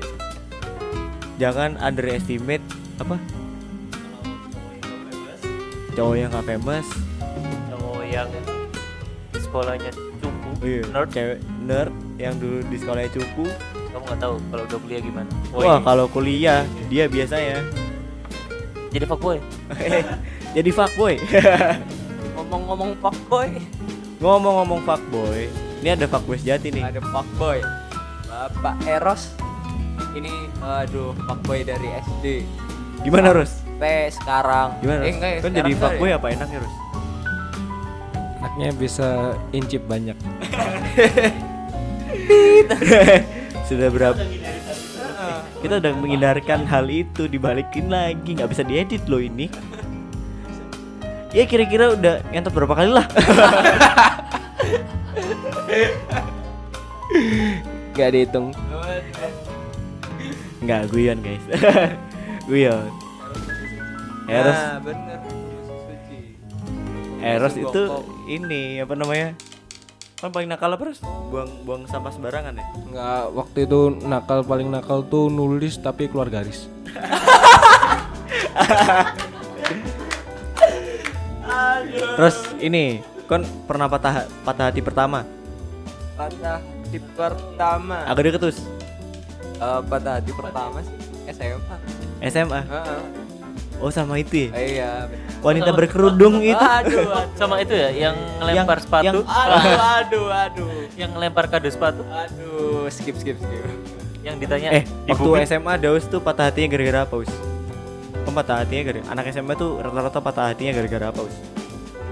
jangan underestimate apa? Cowok yang nggak famous, Cowok Oh, yang sekolahnya cupu. iya, Nerd. cewek nerd yang dulu di sekolahnya cukup Kamu nggak tahu kalau udah kuliah gimana. Wah, ini kalau kuliah dia biasanya jadi fuckboy. jadi fuckboy. ngomong-ngomong fuckboy Ngomong-ngomong fuckboy, ini ada fuckboy sejati nih. ada fuckboy bapak Eros ini aduh fuckboy dari SD Gimana, Rus? sampai sekarang Gimana, Eh, Rus? enggak ya, Kan sekarang jadi enggak fuckboy ya. apa enaknya, Rus? Anaknya bisa incip banyak. Sudah berapa? Kita udah menghindarkan hal itu dibalikin lagi, nggak bisa diedit loh ini. Ya kira-kira udah ngentot berapa kali lah. Gak dihitung. Nggak guyon, guys. guyon. Eros Nah, bener. Suci. Eros Suci itu bokong. ini apa namanya? kan paling nakal apa terus buang buang sampah sembarangan ya Enggak, waktu itu nakal paling nakal tuh nulis tapi keluar garis. terus ini kon pernah patah patah hati pertama patah di pertama agak deket terus Eh, patah di pertama sih SMA SMA Heeh. oh sama itu ya iya wanita berkerudung itu Aduh, sama itu ya yang ngelempar Yang- sepatu, yang- Ah, aduh aduh yang ngelempar kado sepatu, aduh skip skip skip yang eh ditanya ya. di waktu bumi, SMA Daus tuh patah hatinya gara-gara apa us Kon patah hatinya gara anak SMA tuh rata-rata patah hatinya gara-gara apa us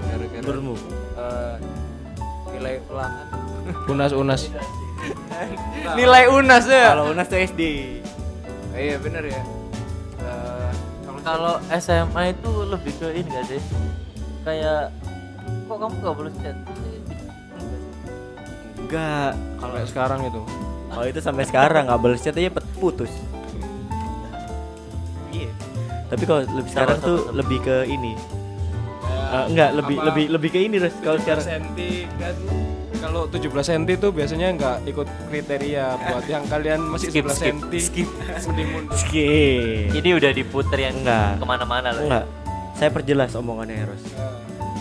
gara-gara menurutmu eh, nilai ulangan Unas-unas. nilai unas ya kalau Unas tuh SD iya bener ya Eh, Kalau SMA itu lebih ke ini gak sih? Kayak kok kamu gak boleh chat? enggak Kalau sekarang itu. kalau Oh, itu sampai sekarang nggak balas chat aja ya pet- putus iya tapi kalau lebih sekarang Sabar, tuh sabar, sabar. lebih ke ini Ah, Eh, enggak lebih apa- lebih lebih ke ini terus kalau sekarang senti kan kalau 17 senti tuh biasanya nggak ikut kriteria buat yang kalian masih Skip, 11 skip, senti skip. mending mundur. Skip. Ini udah diputer yang Enggak. kemana-mana loh. Enggak. Saya perjelas omongannya Eros.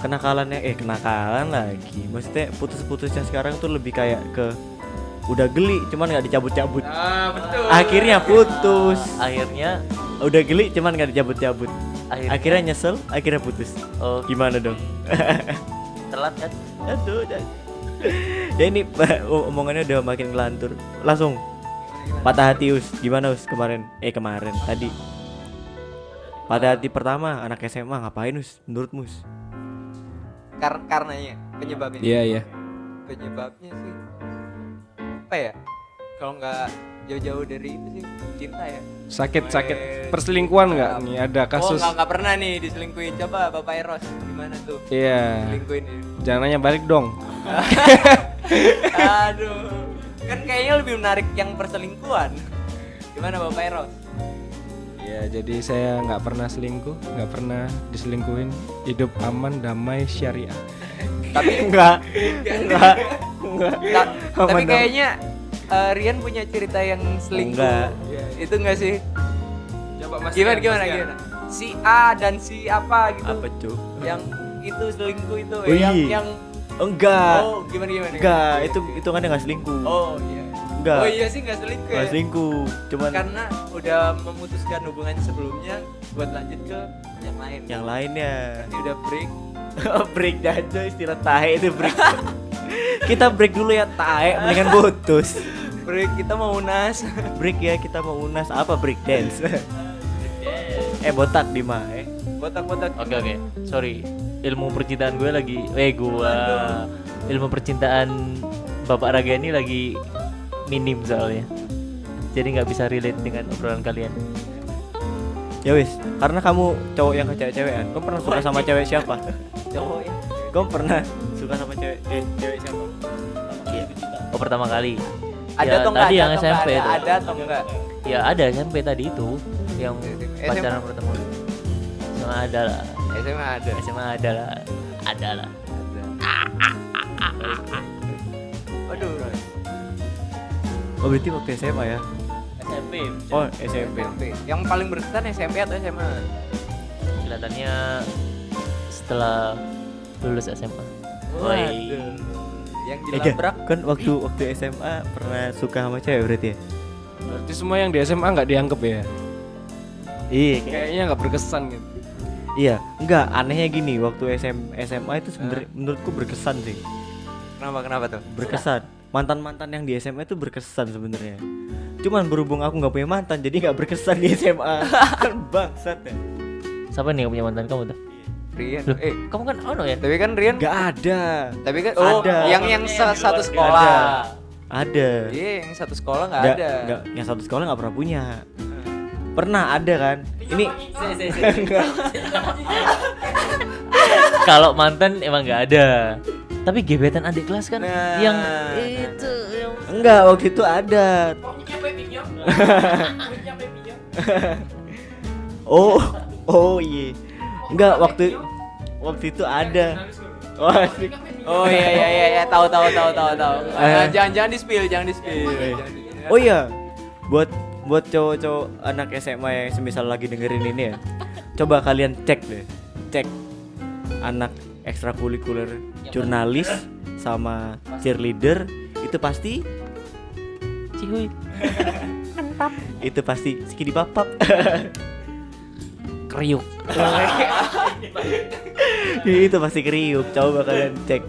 Kenakalannya eh kenakalan lagi. Maksudnya putus-putusnya sekarang tuh lebih kayak ke udah geli cuman nggak dicabut-cabut. Akhirnya putus. Akhirnya Udah geli cuman nggak dicabut-cabut. Akhirnya- Akhirnya nyesel, akhirnya putus. oh, Gimana dong? telat kan? Aduh. dan- ya ini omongannya udah makin ngelantur. Langsung patah hati Us. Gimana Us kemarin? Eh kemarin tadi. Patah hati pertama anak SMA ngapain Us? Menurutmu Us? Kar karenanya penyebabnya. Iya iya. Penyebabnya sih apa ya? Kalau nggak jauh-jauh dari itu sih cinta ya. Eh, Sakit sakit perselingkuhan nggak nih ada Oh kasus. nggak nggak pernah nih diselingkuhin coba Bapak Eros gimana tuh? Iya. Selingkuhin ini. Jangan nanya balik dong. Aduh, kan kayaknya lebih menarik yang perselingkuhan. Gimana Bapak Eros? Ya jadi saya nggak pernah selingkuh, nggak pernah diselingkuhin, hidup aman, damai, syariah. enggak Ta- enggak Nah, tapi Aman dong. kayaknya eh, Rian punya cerita yang selingkuh. Enggak. Itu enggak sih? Coba Gimana gimana gimana? Si A dan si apa gitu. apa cu Yang itu selingkuh itu eh, Oh, yang iya. yang enggak oh gimana gimana? enggak gimana? itu itu kan nggak selingkuh Oh iya. Enggak. Oh iya sih enggak selingkuh. nggak ya. selingkuh cuman Karena udah memutuskan hubungan sebelumnya buat lanjut ke yang lain. yang lainnya Ini udah break. break aja Oh, istilah tahe itu break kita break dulu ya tahe mendingan putus Break kita mau unas. break ya kita mau unas apa break dance eh botak di mah eh Botak-botak. Oke oke, sorry. Ilmu percintaan gue lagi, eh gue ilmu percintaan Bapak Raga ini lagi minim soalnya. Jadi nggak bisa relate dengan obrolan kalian. ya wis karena kamu cowok yang ke cewek-cewekan kamu pernah suka sama cewek siapa Cowok ya. kamu pernah suka sama cewek eh cewek siapa Oh pertama kali. Ada ya, atau enggak? tadi yang ada atau SMP enggak? itu. Ada, ada atau enggak? Ya ada SMP tadi itu yang SMP. pacaran pertama. kali. Sama ada lah. SMA ada. SMA ada lah. Ada lah. Waduh. oh berarti waktu SMA ya SMP oh SMP SMP. Yang paling berkesan SMP atau SMA? Eh. kelihatannya setelah lulus SMA. Woi. Waduh. Yang Eh, Jah, dilabrak. kan waktu waktu SMA pernah suka sama cewek berarti ya? Berarti semua yang di SMA nggak dianggap ya? Iya, Kayaknya nggak berkesan gitu. iya. Enggak, anehnya gini, waktu SM, SMA itu sebenarnya Eh. menurutku berkesan sih. Kenapa kenapa tuh? Berkesan. Mantan-mantan yang di SMA itu berkesan sebenarnya. Cuman berhubung aku nggak punya mantan, jadi nggak berkesan di SMA. kan bangsat ya. Siapa nih yang punya mantan kamu tuh? Rian. Loh, Eh, kamu kan ono ya? tapi kan Rian Nggak ada. tapi kan oh, Ada. yang yang se- satu Ada. sekolah. Ada. Iya, yang satu sekolah nggak Nggak- ada. nggak- yang satu sekolah nggak pernah punya. Pernah ada kan? Iya, Ini Kalau mantan emang nggak ada. Tapi gebetan adik kelas kan Nah, yang nah, itu yang enggak waktu itu ada. Oh, Oh, oh iya. Enggak waktu waktu itu ada. Oh, asik. Oh iya iya iya, iya. tahu tahu tahu tahu tahu. Eh. Eh, jangan jangan di spill, jangan di spill. Jangan di- Oh iya, buat buat cowok-cowok anak SMA yang semisal lagi dengerin ini ya, coba kalian cek deh, cek anak ekstrakurikuler jurnalis sama cheerleader itu pasti Cihuy. itu pasti skinny papap Kriuk. itu pasti kriuk coba kalian cek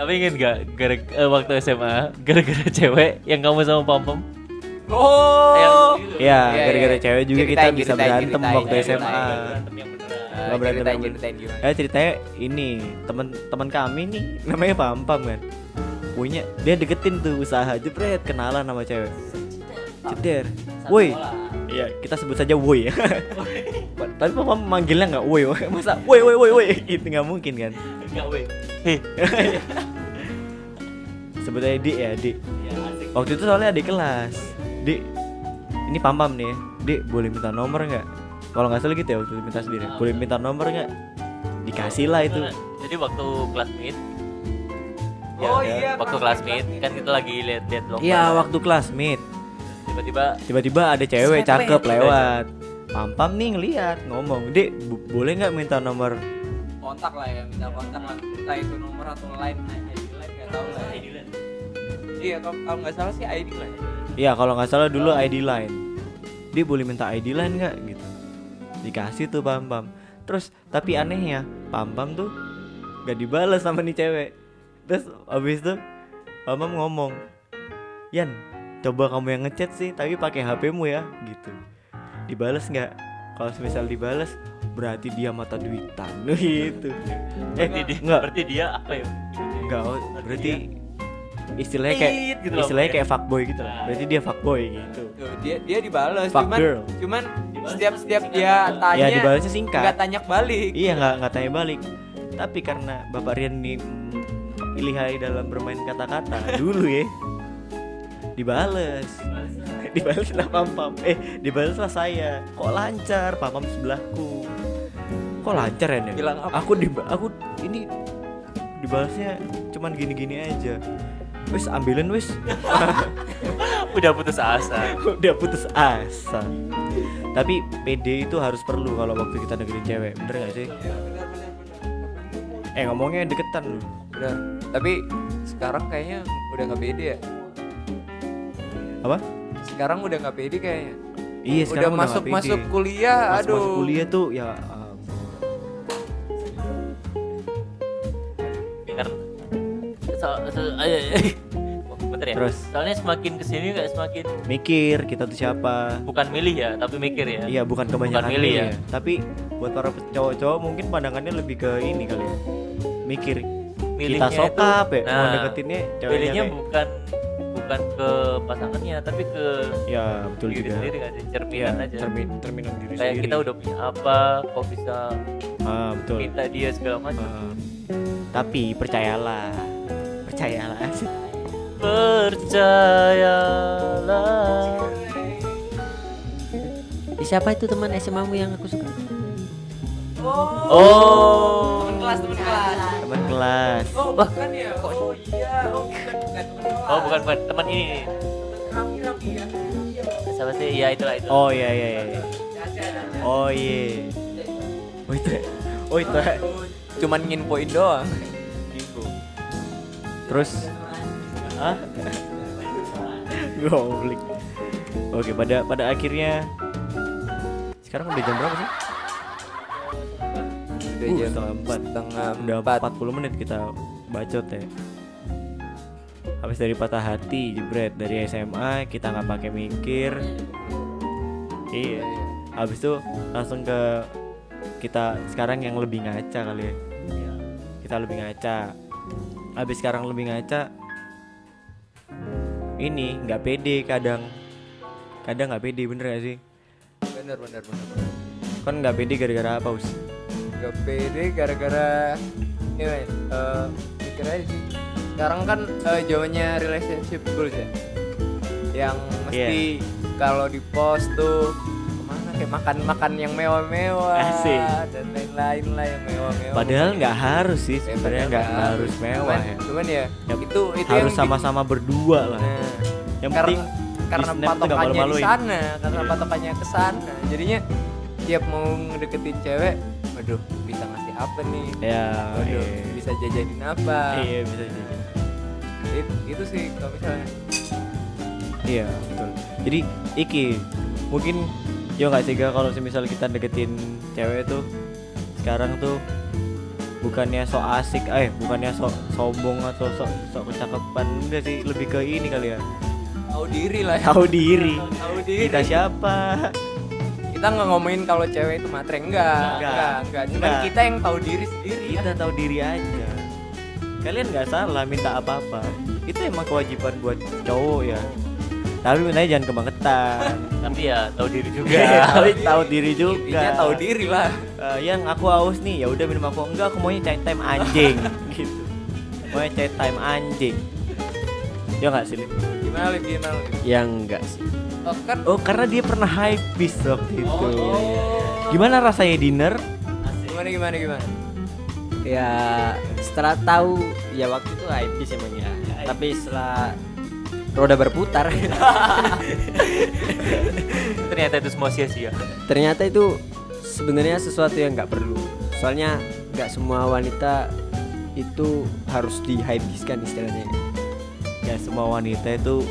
Tapi inget gak gara eh, waktu SMA gara-gara cewek yang kamu sama Pom Pom? Oh. ya Iya, gara-gara iya. cewek juga kita Ceritain, bisa ceritain, berantem Iya, ceritain, Iya, waktu ceritain. SMA Nah, Nggak berani, ceritain, nggak ceritain gimana? Ya ceritanya ini temen teman kami nih namanya Pam Pam kan punya dia deketin tuh usaha jepret kenalan sama cewek ceder woi ya kita sebut saja woi ya tapi Pam Pam manggilnya nggak woi woi. masa woi woi woi woi itu nggak mungkin kan Enggak weh. sebetulnya adik ya adik waktu itu soalnya adik kelas dik ini Pam Pam nih ya. dik boleh minta nomor nggak kalau nggak salah gitu ya waktu itu minta sendiri boleh minta nomor nggak dikasih lah itu Jadi waktu kelas meet Oh ya, iya. waktu kelas meet kan kita lagi lihat-lihat lomba. iya waktu kelas meet Terus Tiba-tiba tiba-tiba ada cewek cakep cewek. lewat pam pam nih ngeliat ngomong dek bu- boleh nggak minta nomor kontak lah ya minta kontak lah entah itu nomor atau line nah, aja di line nggak tahu lah ID line iya kalau kalau nggak salah sih ID line ya kalau nggak salah dulu ID line dia boleh minta ID line nggak gitu dikasih tuh pam pam terus tapi anehnya pam pam tuh gak dibalas sama nih cewek terus abis itu pam pam ngomong Yan coba kamu yang ngechat sih tapi pakai HPmu ya gitu dibalas nggak kalau misal dibalas berarti dia mata duitan gitu eh berarti dia, nggak berarti dia apa ya? Enggak, oh, berarti istilahnya Tit kayak gitu loh, ya? istilahnya pokoknya. kayak fuckboy gitu lah. Berarti dia fuckboy gitu. Tuh, dia dia dibales Nah. Fuck cuman girl. cuman setiap setiap dia tanya Ya dibalasnya singkat. nggak tanya gitu. balik Iya nggak nggak tanya balik. Tapi karena Bapak Rian ini mm, lihai dalam bermain kata-kata dulu ya. Dibales. dibales lah pam pam. Eh dibales lah saya. Kok lancar pam pam sebelahku. Kok lancar ya Nen? Bilang apa? Aku di aku ini dibalasnya cuman gini-gini aja. Wis ambilin wis. Udah putus asa. udah putus asa tapi PD itu harus perlu kalau waktu kita deketin cewek bener gak Iya, sih eh ngomongnya deketan lu udah tapi sekarang kayaknya udah nggak pede ya apa sekarang udah nggak pede kayaknya iya udah sekarang nggak masuk PD. masuk kuliah Masuk- aduh masuk kuliah tuh ya ampun. Ya, Karena so, so, ayo, ayo. Bentar ya. Terus. Soalnya semakin kesini kayak semakin mikir kita tuh siapa bukan milih ya, tapi mikir ya. iya bukan kebanyakan Bukan milih milih ya. tapi buat para cowok-cowok mungkin pandangannya lebih ke ini kali ya mikir kita Milihnya sokap ya itu- mau nah, deketinnya ceweknya ya? Pilihnya kayak- bukan bukan ke pasangannya, tapi ke ya betul diri juga sendiri kan, Iya, cerminan aja. cermin- cerminan diri kayak sendiri. kita udah punya apa, kok bisa ah, betul minta dia segala macam. Eh, tapi percayalah percayalah asik. Percayalah. Siapa itu teman SMA mu yang aku suka? Oh. temen kelas Oh. temen kelas teman kelas oh bukan ya oh iya oh bukan bukan temen kelas Oh, bukan bukan teman ini. nih. Raffi Raffi ya iya Siapa sih? Iya, itulah itu. oh iya iya iya oh iya oh itu oh itu cuman nginfoin doang terus ah goblik oke pada pada akhirnya sekarang udah jam berapa sih udah Uh, jam setengah empat. setengah udah empat 40 menit kita bacot ya habis dari patah hati jebret dari SMA kita nggak pakai mikir iya habis itu langsung ke kita sekarang yang lebih ngaca kali ya Iya. kita lebih ngaca habis sekarang lebih ngaca ini nggak pede kadang kadang nggak pede bener gak sih bener bener bener kan nggak pede gara-gara apa us gak pede gara-gara ini men eh, mikir aja sih sekarang kan eh, zamannya relationship Iya. goals ya yang mesti kalau di post tuh kemana kayak makan makan yang mewah-mewah Asik. dan lain-lain lah yang mewah-mewah. Padahal nggak harus sih, Eh, sebenarnya padahal nggak harus mewah Cuman, ya. cuman ya, Ya, itu harus itu yang bikin- sama-sama berdua lah. Nah, Yang karena, penting karena snap tuh nggak patokannya di malu-maluin. sana, karena Iya. patokannya ke Nah, sana. Jadinya tiap mau ngedeketin cewek, waduh, bisa ngasih apa nih? ya Waduh, iya. bisa jajanin apa? Iya, bisa jadi. It- itu sih kalau misalnya Iya betul. Jadi iki mungkin yo nggak sih Ga, kalau semisal kita deketin cewek tuh sekarang tuh bukannya sok asik eh bukannya sok sombong atau sok sok kecakepan enggak sih lebih ke ini kali ya tahu diri lah ya. tahu diri Tahu diri. kita siapa Kita nggak ngomongin kalau cewek itu matre enggak, Enggak. enggak, enggak. Cuman Enggak. kita yang tahu diri sendiri. kita tahu diri aja kalian nggak salah minta apa apa itu emang kewajiban buat cowok ya tapi mintanya jangan kebangetan tapi ya tahu diri juga tapi tahu diri juga Iya, Intinya tahu diri lah. Eh, yang aku haus nih ya udah minum aku enggak aku maunya cai time anjing gitu maunya cai time anjing ya nggak sih Lip? Gimana lagi gimana? Lip? yang Ya, enggak sih Oh, kan Oh, oh karena dia pernah hype bis waktu itu gimana rasanya dinner gimana gimana gimana? ya setelah tahu ya waktu itu IP sih emang ya tapi setelah roda berputar ternyata itu semua sia-sia ternyata itu sebenarnya sesuatu yang nggak perlu soalnya nggak semua wanita itu harus dihabiskan istilahnya ya semua wanita itu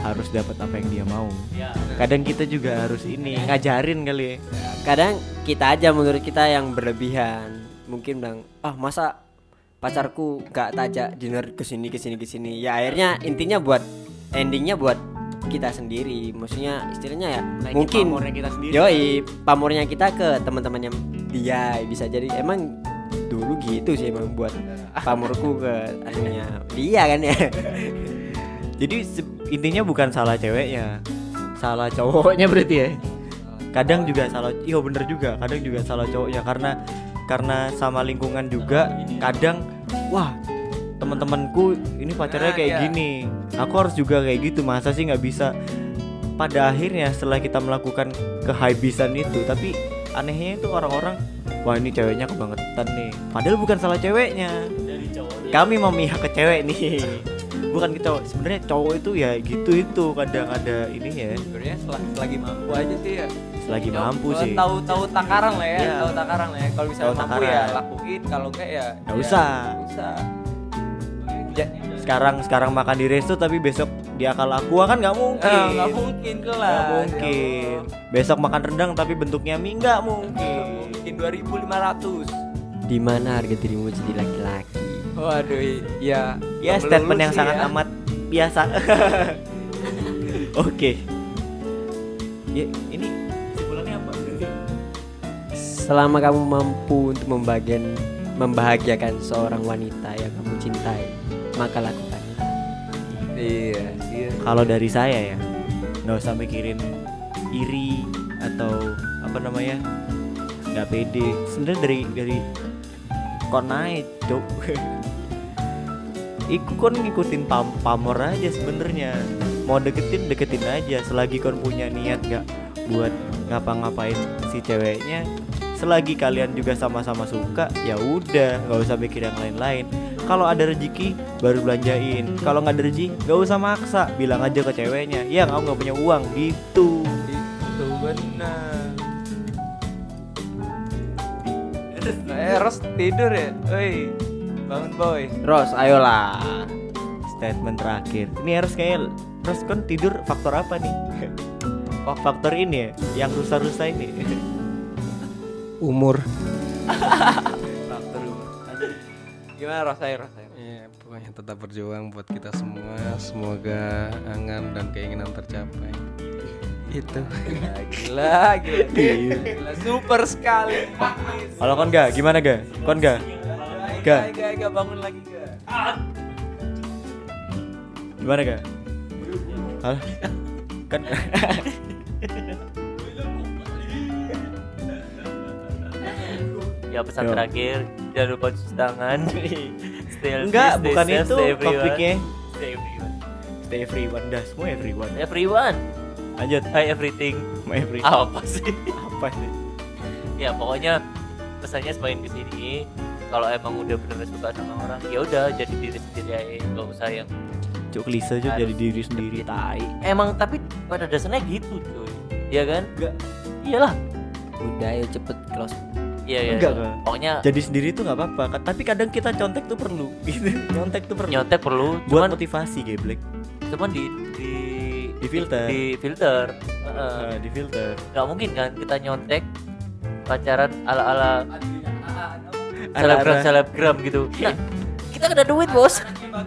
harus dapat apa yang dia mau kadang kita juga harus ini ngajarin kali ya kadang kita aja menurut kita yang berlebihan mungkin bilang ah masa pacarku nggak tajak dinner kesini kesini kesini ya akhirnya intinya buat endingnya buat kita sendiri maksudnya istilahnya ya mungkin pamornya kita sendiri. yoi pamornya kita ke teman-temannya dia bisa jadi emang dulu gitu sih emang buat pamorku ke akhirnya dia kan ya jadi se- intinya bukan salah ceweknya salah cowoknya berarti ya kadang juga salah iya bener juga kadang juga salah cowoknya karena karena sama lingkungan juga kadang wah teman-temanku ini pacarnya Nah, kayak iya. gini aku harus juga kayak gitu masa sih nggak bisa pada akhirnya setelah kita melakukan kehabisan itu tapi anehnya itu orang-orang wah ini ceweknya kebangetan nih padahal bukan salah ceweknya kami memihak ke cewek nih bukan ke cowok sebenarnya cowok itu ya gitu itu kadang ada ini ya Sebenarnya selagi, selagi mampu aja sih ya. selagi Ya, mampu kalau sih Tahu tahu takaran lah ya, Iya. tahu takaran lah ya. Kalau misalnya Tahu mampu ya takaran. lakuin, kalau enggak ya Nggak ya, usah. nggak usah. Ja- Ya. sekarang sekarang makan di resto tapi besok di akal aku kan nggak mungkin Eh, nggak mungkin ya kelas. Nggak mungkin besok makan rendang tapi bentuknya mie nggak Ya mungkin Mungkin 2500. di mana harga dirimu jadi laki-laki Waduh, ya. ya belum statement lulus yang sih sangat ya. amat biasa oke ya ini kesimpulannya apa Selama kamu mampu untuk membagian membahagiakan seorang wanita yang kamu cintai, maka lakukan. Iya, iya. kalau dari saya ya nggak usah mikirin iri atau apa namanya nggak pede sebenarnya dari dari kok naik cok Iku kon ngikutin pam pamor aja sebenarnya mau deketin deketin aja selagi kon punya niat nggak buat ngapa-ngapain si ceweknya selagi kalian juga sama-sama suka ya udah nggak usah mikir yang lain-lain kalau ada rezeki baru belanjain kalau nggak ada rezeki nggak usah maksa bilang aja ke ceweknya ya aku nggak punya uang gitu Itu benar. Eh, Ros tidur ya? Oi. Bangun, boy. Ros, ayolah. statement terakhir ini harus kayak terus kon tidur faktor apa nih Oh, faktor ini ya yang rusa-rusa ini Umur. Faktor rumah. Gimana rasanya, rasanya? Ya, pokoknya tetap berjuang buat kita semua. Semoga angan dan keinginan tercapai. Itu. Gila, gila, gila, Gila, super sekali. Kalau kon ga, gimana ga? Kon ga? Ga, Gak, gak, gak bangun lagi gak. gimana ga? Halo? Kan ya Yo. pesan terakhir jangan lupa cuci tangan stay healthy, enggak, stay bukan safe, itu stay everyone. topiknya. stay everyone Stay everyone, dah semua everyone. everyone lanjut Hi everything. my every Apa sih? apa sih ya pokoknya pesannya semakin kesini kalau emang udah bener suka sama orang ya udah jadi diri sendiri aja nggak usah yang cuk klise cuk Harus jadi diri sendiri tai emang tapi pada dasarnya gitu cuy ya kan Enggak. iyalah udah yuk cepet close iya iya Enggak, iya. enggak. pokoknya jadi sendiri tuh nggak apa-apa Ka- tapi kadang kita contek tuh perlu gitu contek tuh perlu nyontek perlu buat cuman motivasi geblek cuman di di Di filter. di filter Heeh. Eh, di filter nggak mungkin kan kita nyontek pacaran ala ala selebgram Ala-ala. selebgram gitu Nah, kita ada duit bos Nah,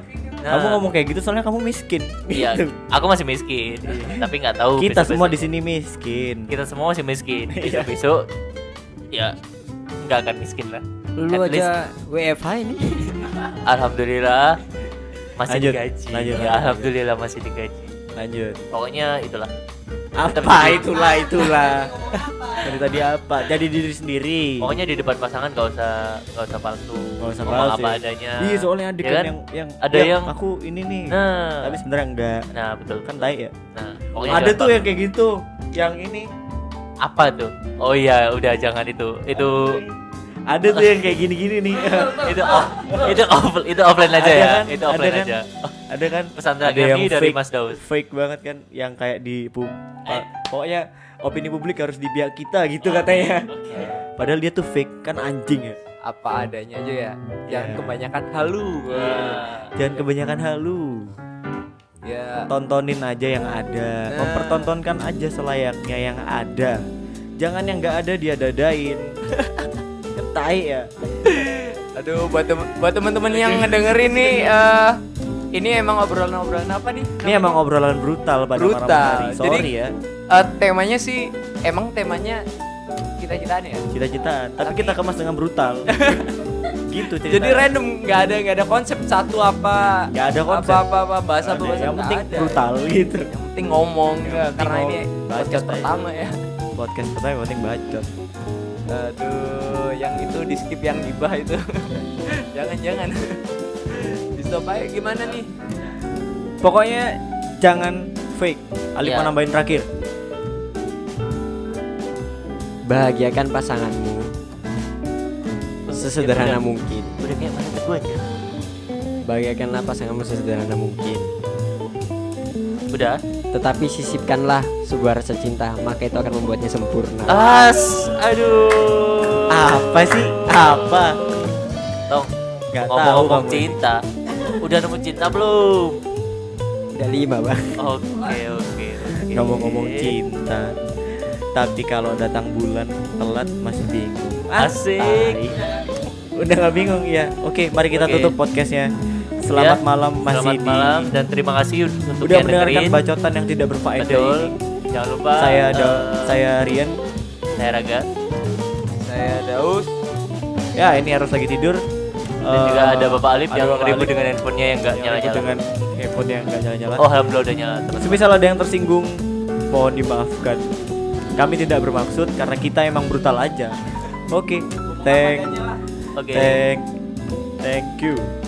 kamu ngomong kayak gitu soalnya kamu miskin iya Gitu. Iya. aku masih miskin tapi nggak tahu kita semua di besok-besok. sini Iya. miskin kita semua masih miskin besok besok ya nggak akan miskin lah lu At least, aja WFH ini alhamdulillah masih Lanjut, digaji lanjut, Ya, lanjut. alhamdulillah masih digaji lanjut pokoknya itulah apa itulah itulah dari tadi apa jadi diri sendiri pokoknya di depan pasangan nggak usah nggak usah palsu Nggak usah Ngomong palsu apa ya. adanya iya soalnya ada Ya kan kan? yang yang Ada "Yang yang- aku ini nih nah tapi sebenarnya enggak nah betul kan tai ya nah pokoknya ada jangan tuh palsu. yang kayak gitu yang ini apa tuh oh iya udah jangan itu itu ada tuh yang kayak gini-gini nih itu off, itu off, itu offline aja Ada ya kan? itu offline Ada kan? aja Oh, ada kan pesan ada terakhir nih dari fake, Mas Eh. Daus fake banget kan yang kayak di pu- pa- pokoknya opini publik harus di pihak kita gitu katanya padahal dia tuh fake kan anjing ya apa adanya aja ya jangan kebanyakan halu jangan kebanyakan halu ya tontonin aja yang ada Nah. mempertontonkan aja selayaknya yang ada jangan yang nggak ada dia dadain Kan tai ya aduh buat tem- buat teman-teman yang ngedengerin nih eh, ini emang obrolan-obrolan apa nih ini emang obrolan brutal pada malam Brutal. hari sorry Jadi- ya Eh, temanya sih emang temanya cita-citaan ya cita-citaan tapi kita kemas dengan brutal gitu ceritanya. jadi random nggak ada nggak ada konsep satu apa Nggak ada konsep. apa apa, apa bahasa Ada, apa bahasa yang nggak penting ada. brutal gitu yang penting ngomong ya, karena ngomong. ini Bacot podcast aja. pertama ya podcast pertama yang penting bacot aduh yang itu di skip yang gibah itu jangan jangan di stop aja gimana nih pokoknya jangan fake Alif Iya. mau nambahin terakhir bahagiakan pasanganmu Ya, sesederhana Udah- mungkin udah kayak mana kedua aja bahagiakanlah pasanganmu sesederhana mungkin udah tetapi sisipkanlah sebuah rasa cinta maka itu akan membuatnya sempurna as aduh apa sih apa Tong, Nggak ngomong-ngomong tahu kamu. cinta Udah nemu cinta belum? ada lima bang Oke, oke, oke ngomong-ngomong cinta tapi kalau datang bulan telat masih bingung Asik Tai. udah nggak bingung ya oke mari kita Oke. tutup podcastnya selamat Ya, malam masih Selamat malam dan terima kasih di untuk udah yang mendengarkan dengerin. bacotan yang tidak berfaedah Betul ini Jangan lupa saya ada eh, saya Rian Saya Raga saya Daus ya ini harus lagi tidur Dan juga Eh, ada Bapak Alif yang ribut ribut dengan handphonenya yang nggak nyala-nyala dengan handphone yang nggak nyala-nyala Oh, alhamdulillah udah nyala teman-teman Semisal ada yang tersinggung, mohon dimaafkan. Kami tidak bermaksud karena kita emang brutal aja. Oke, thank, Oke thank, thank you.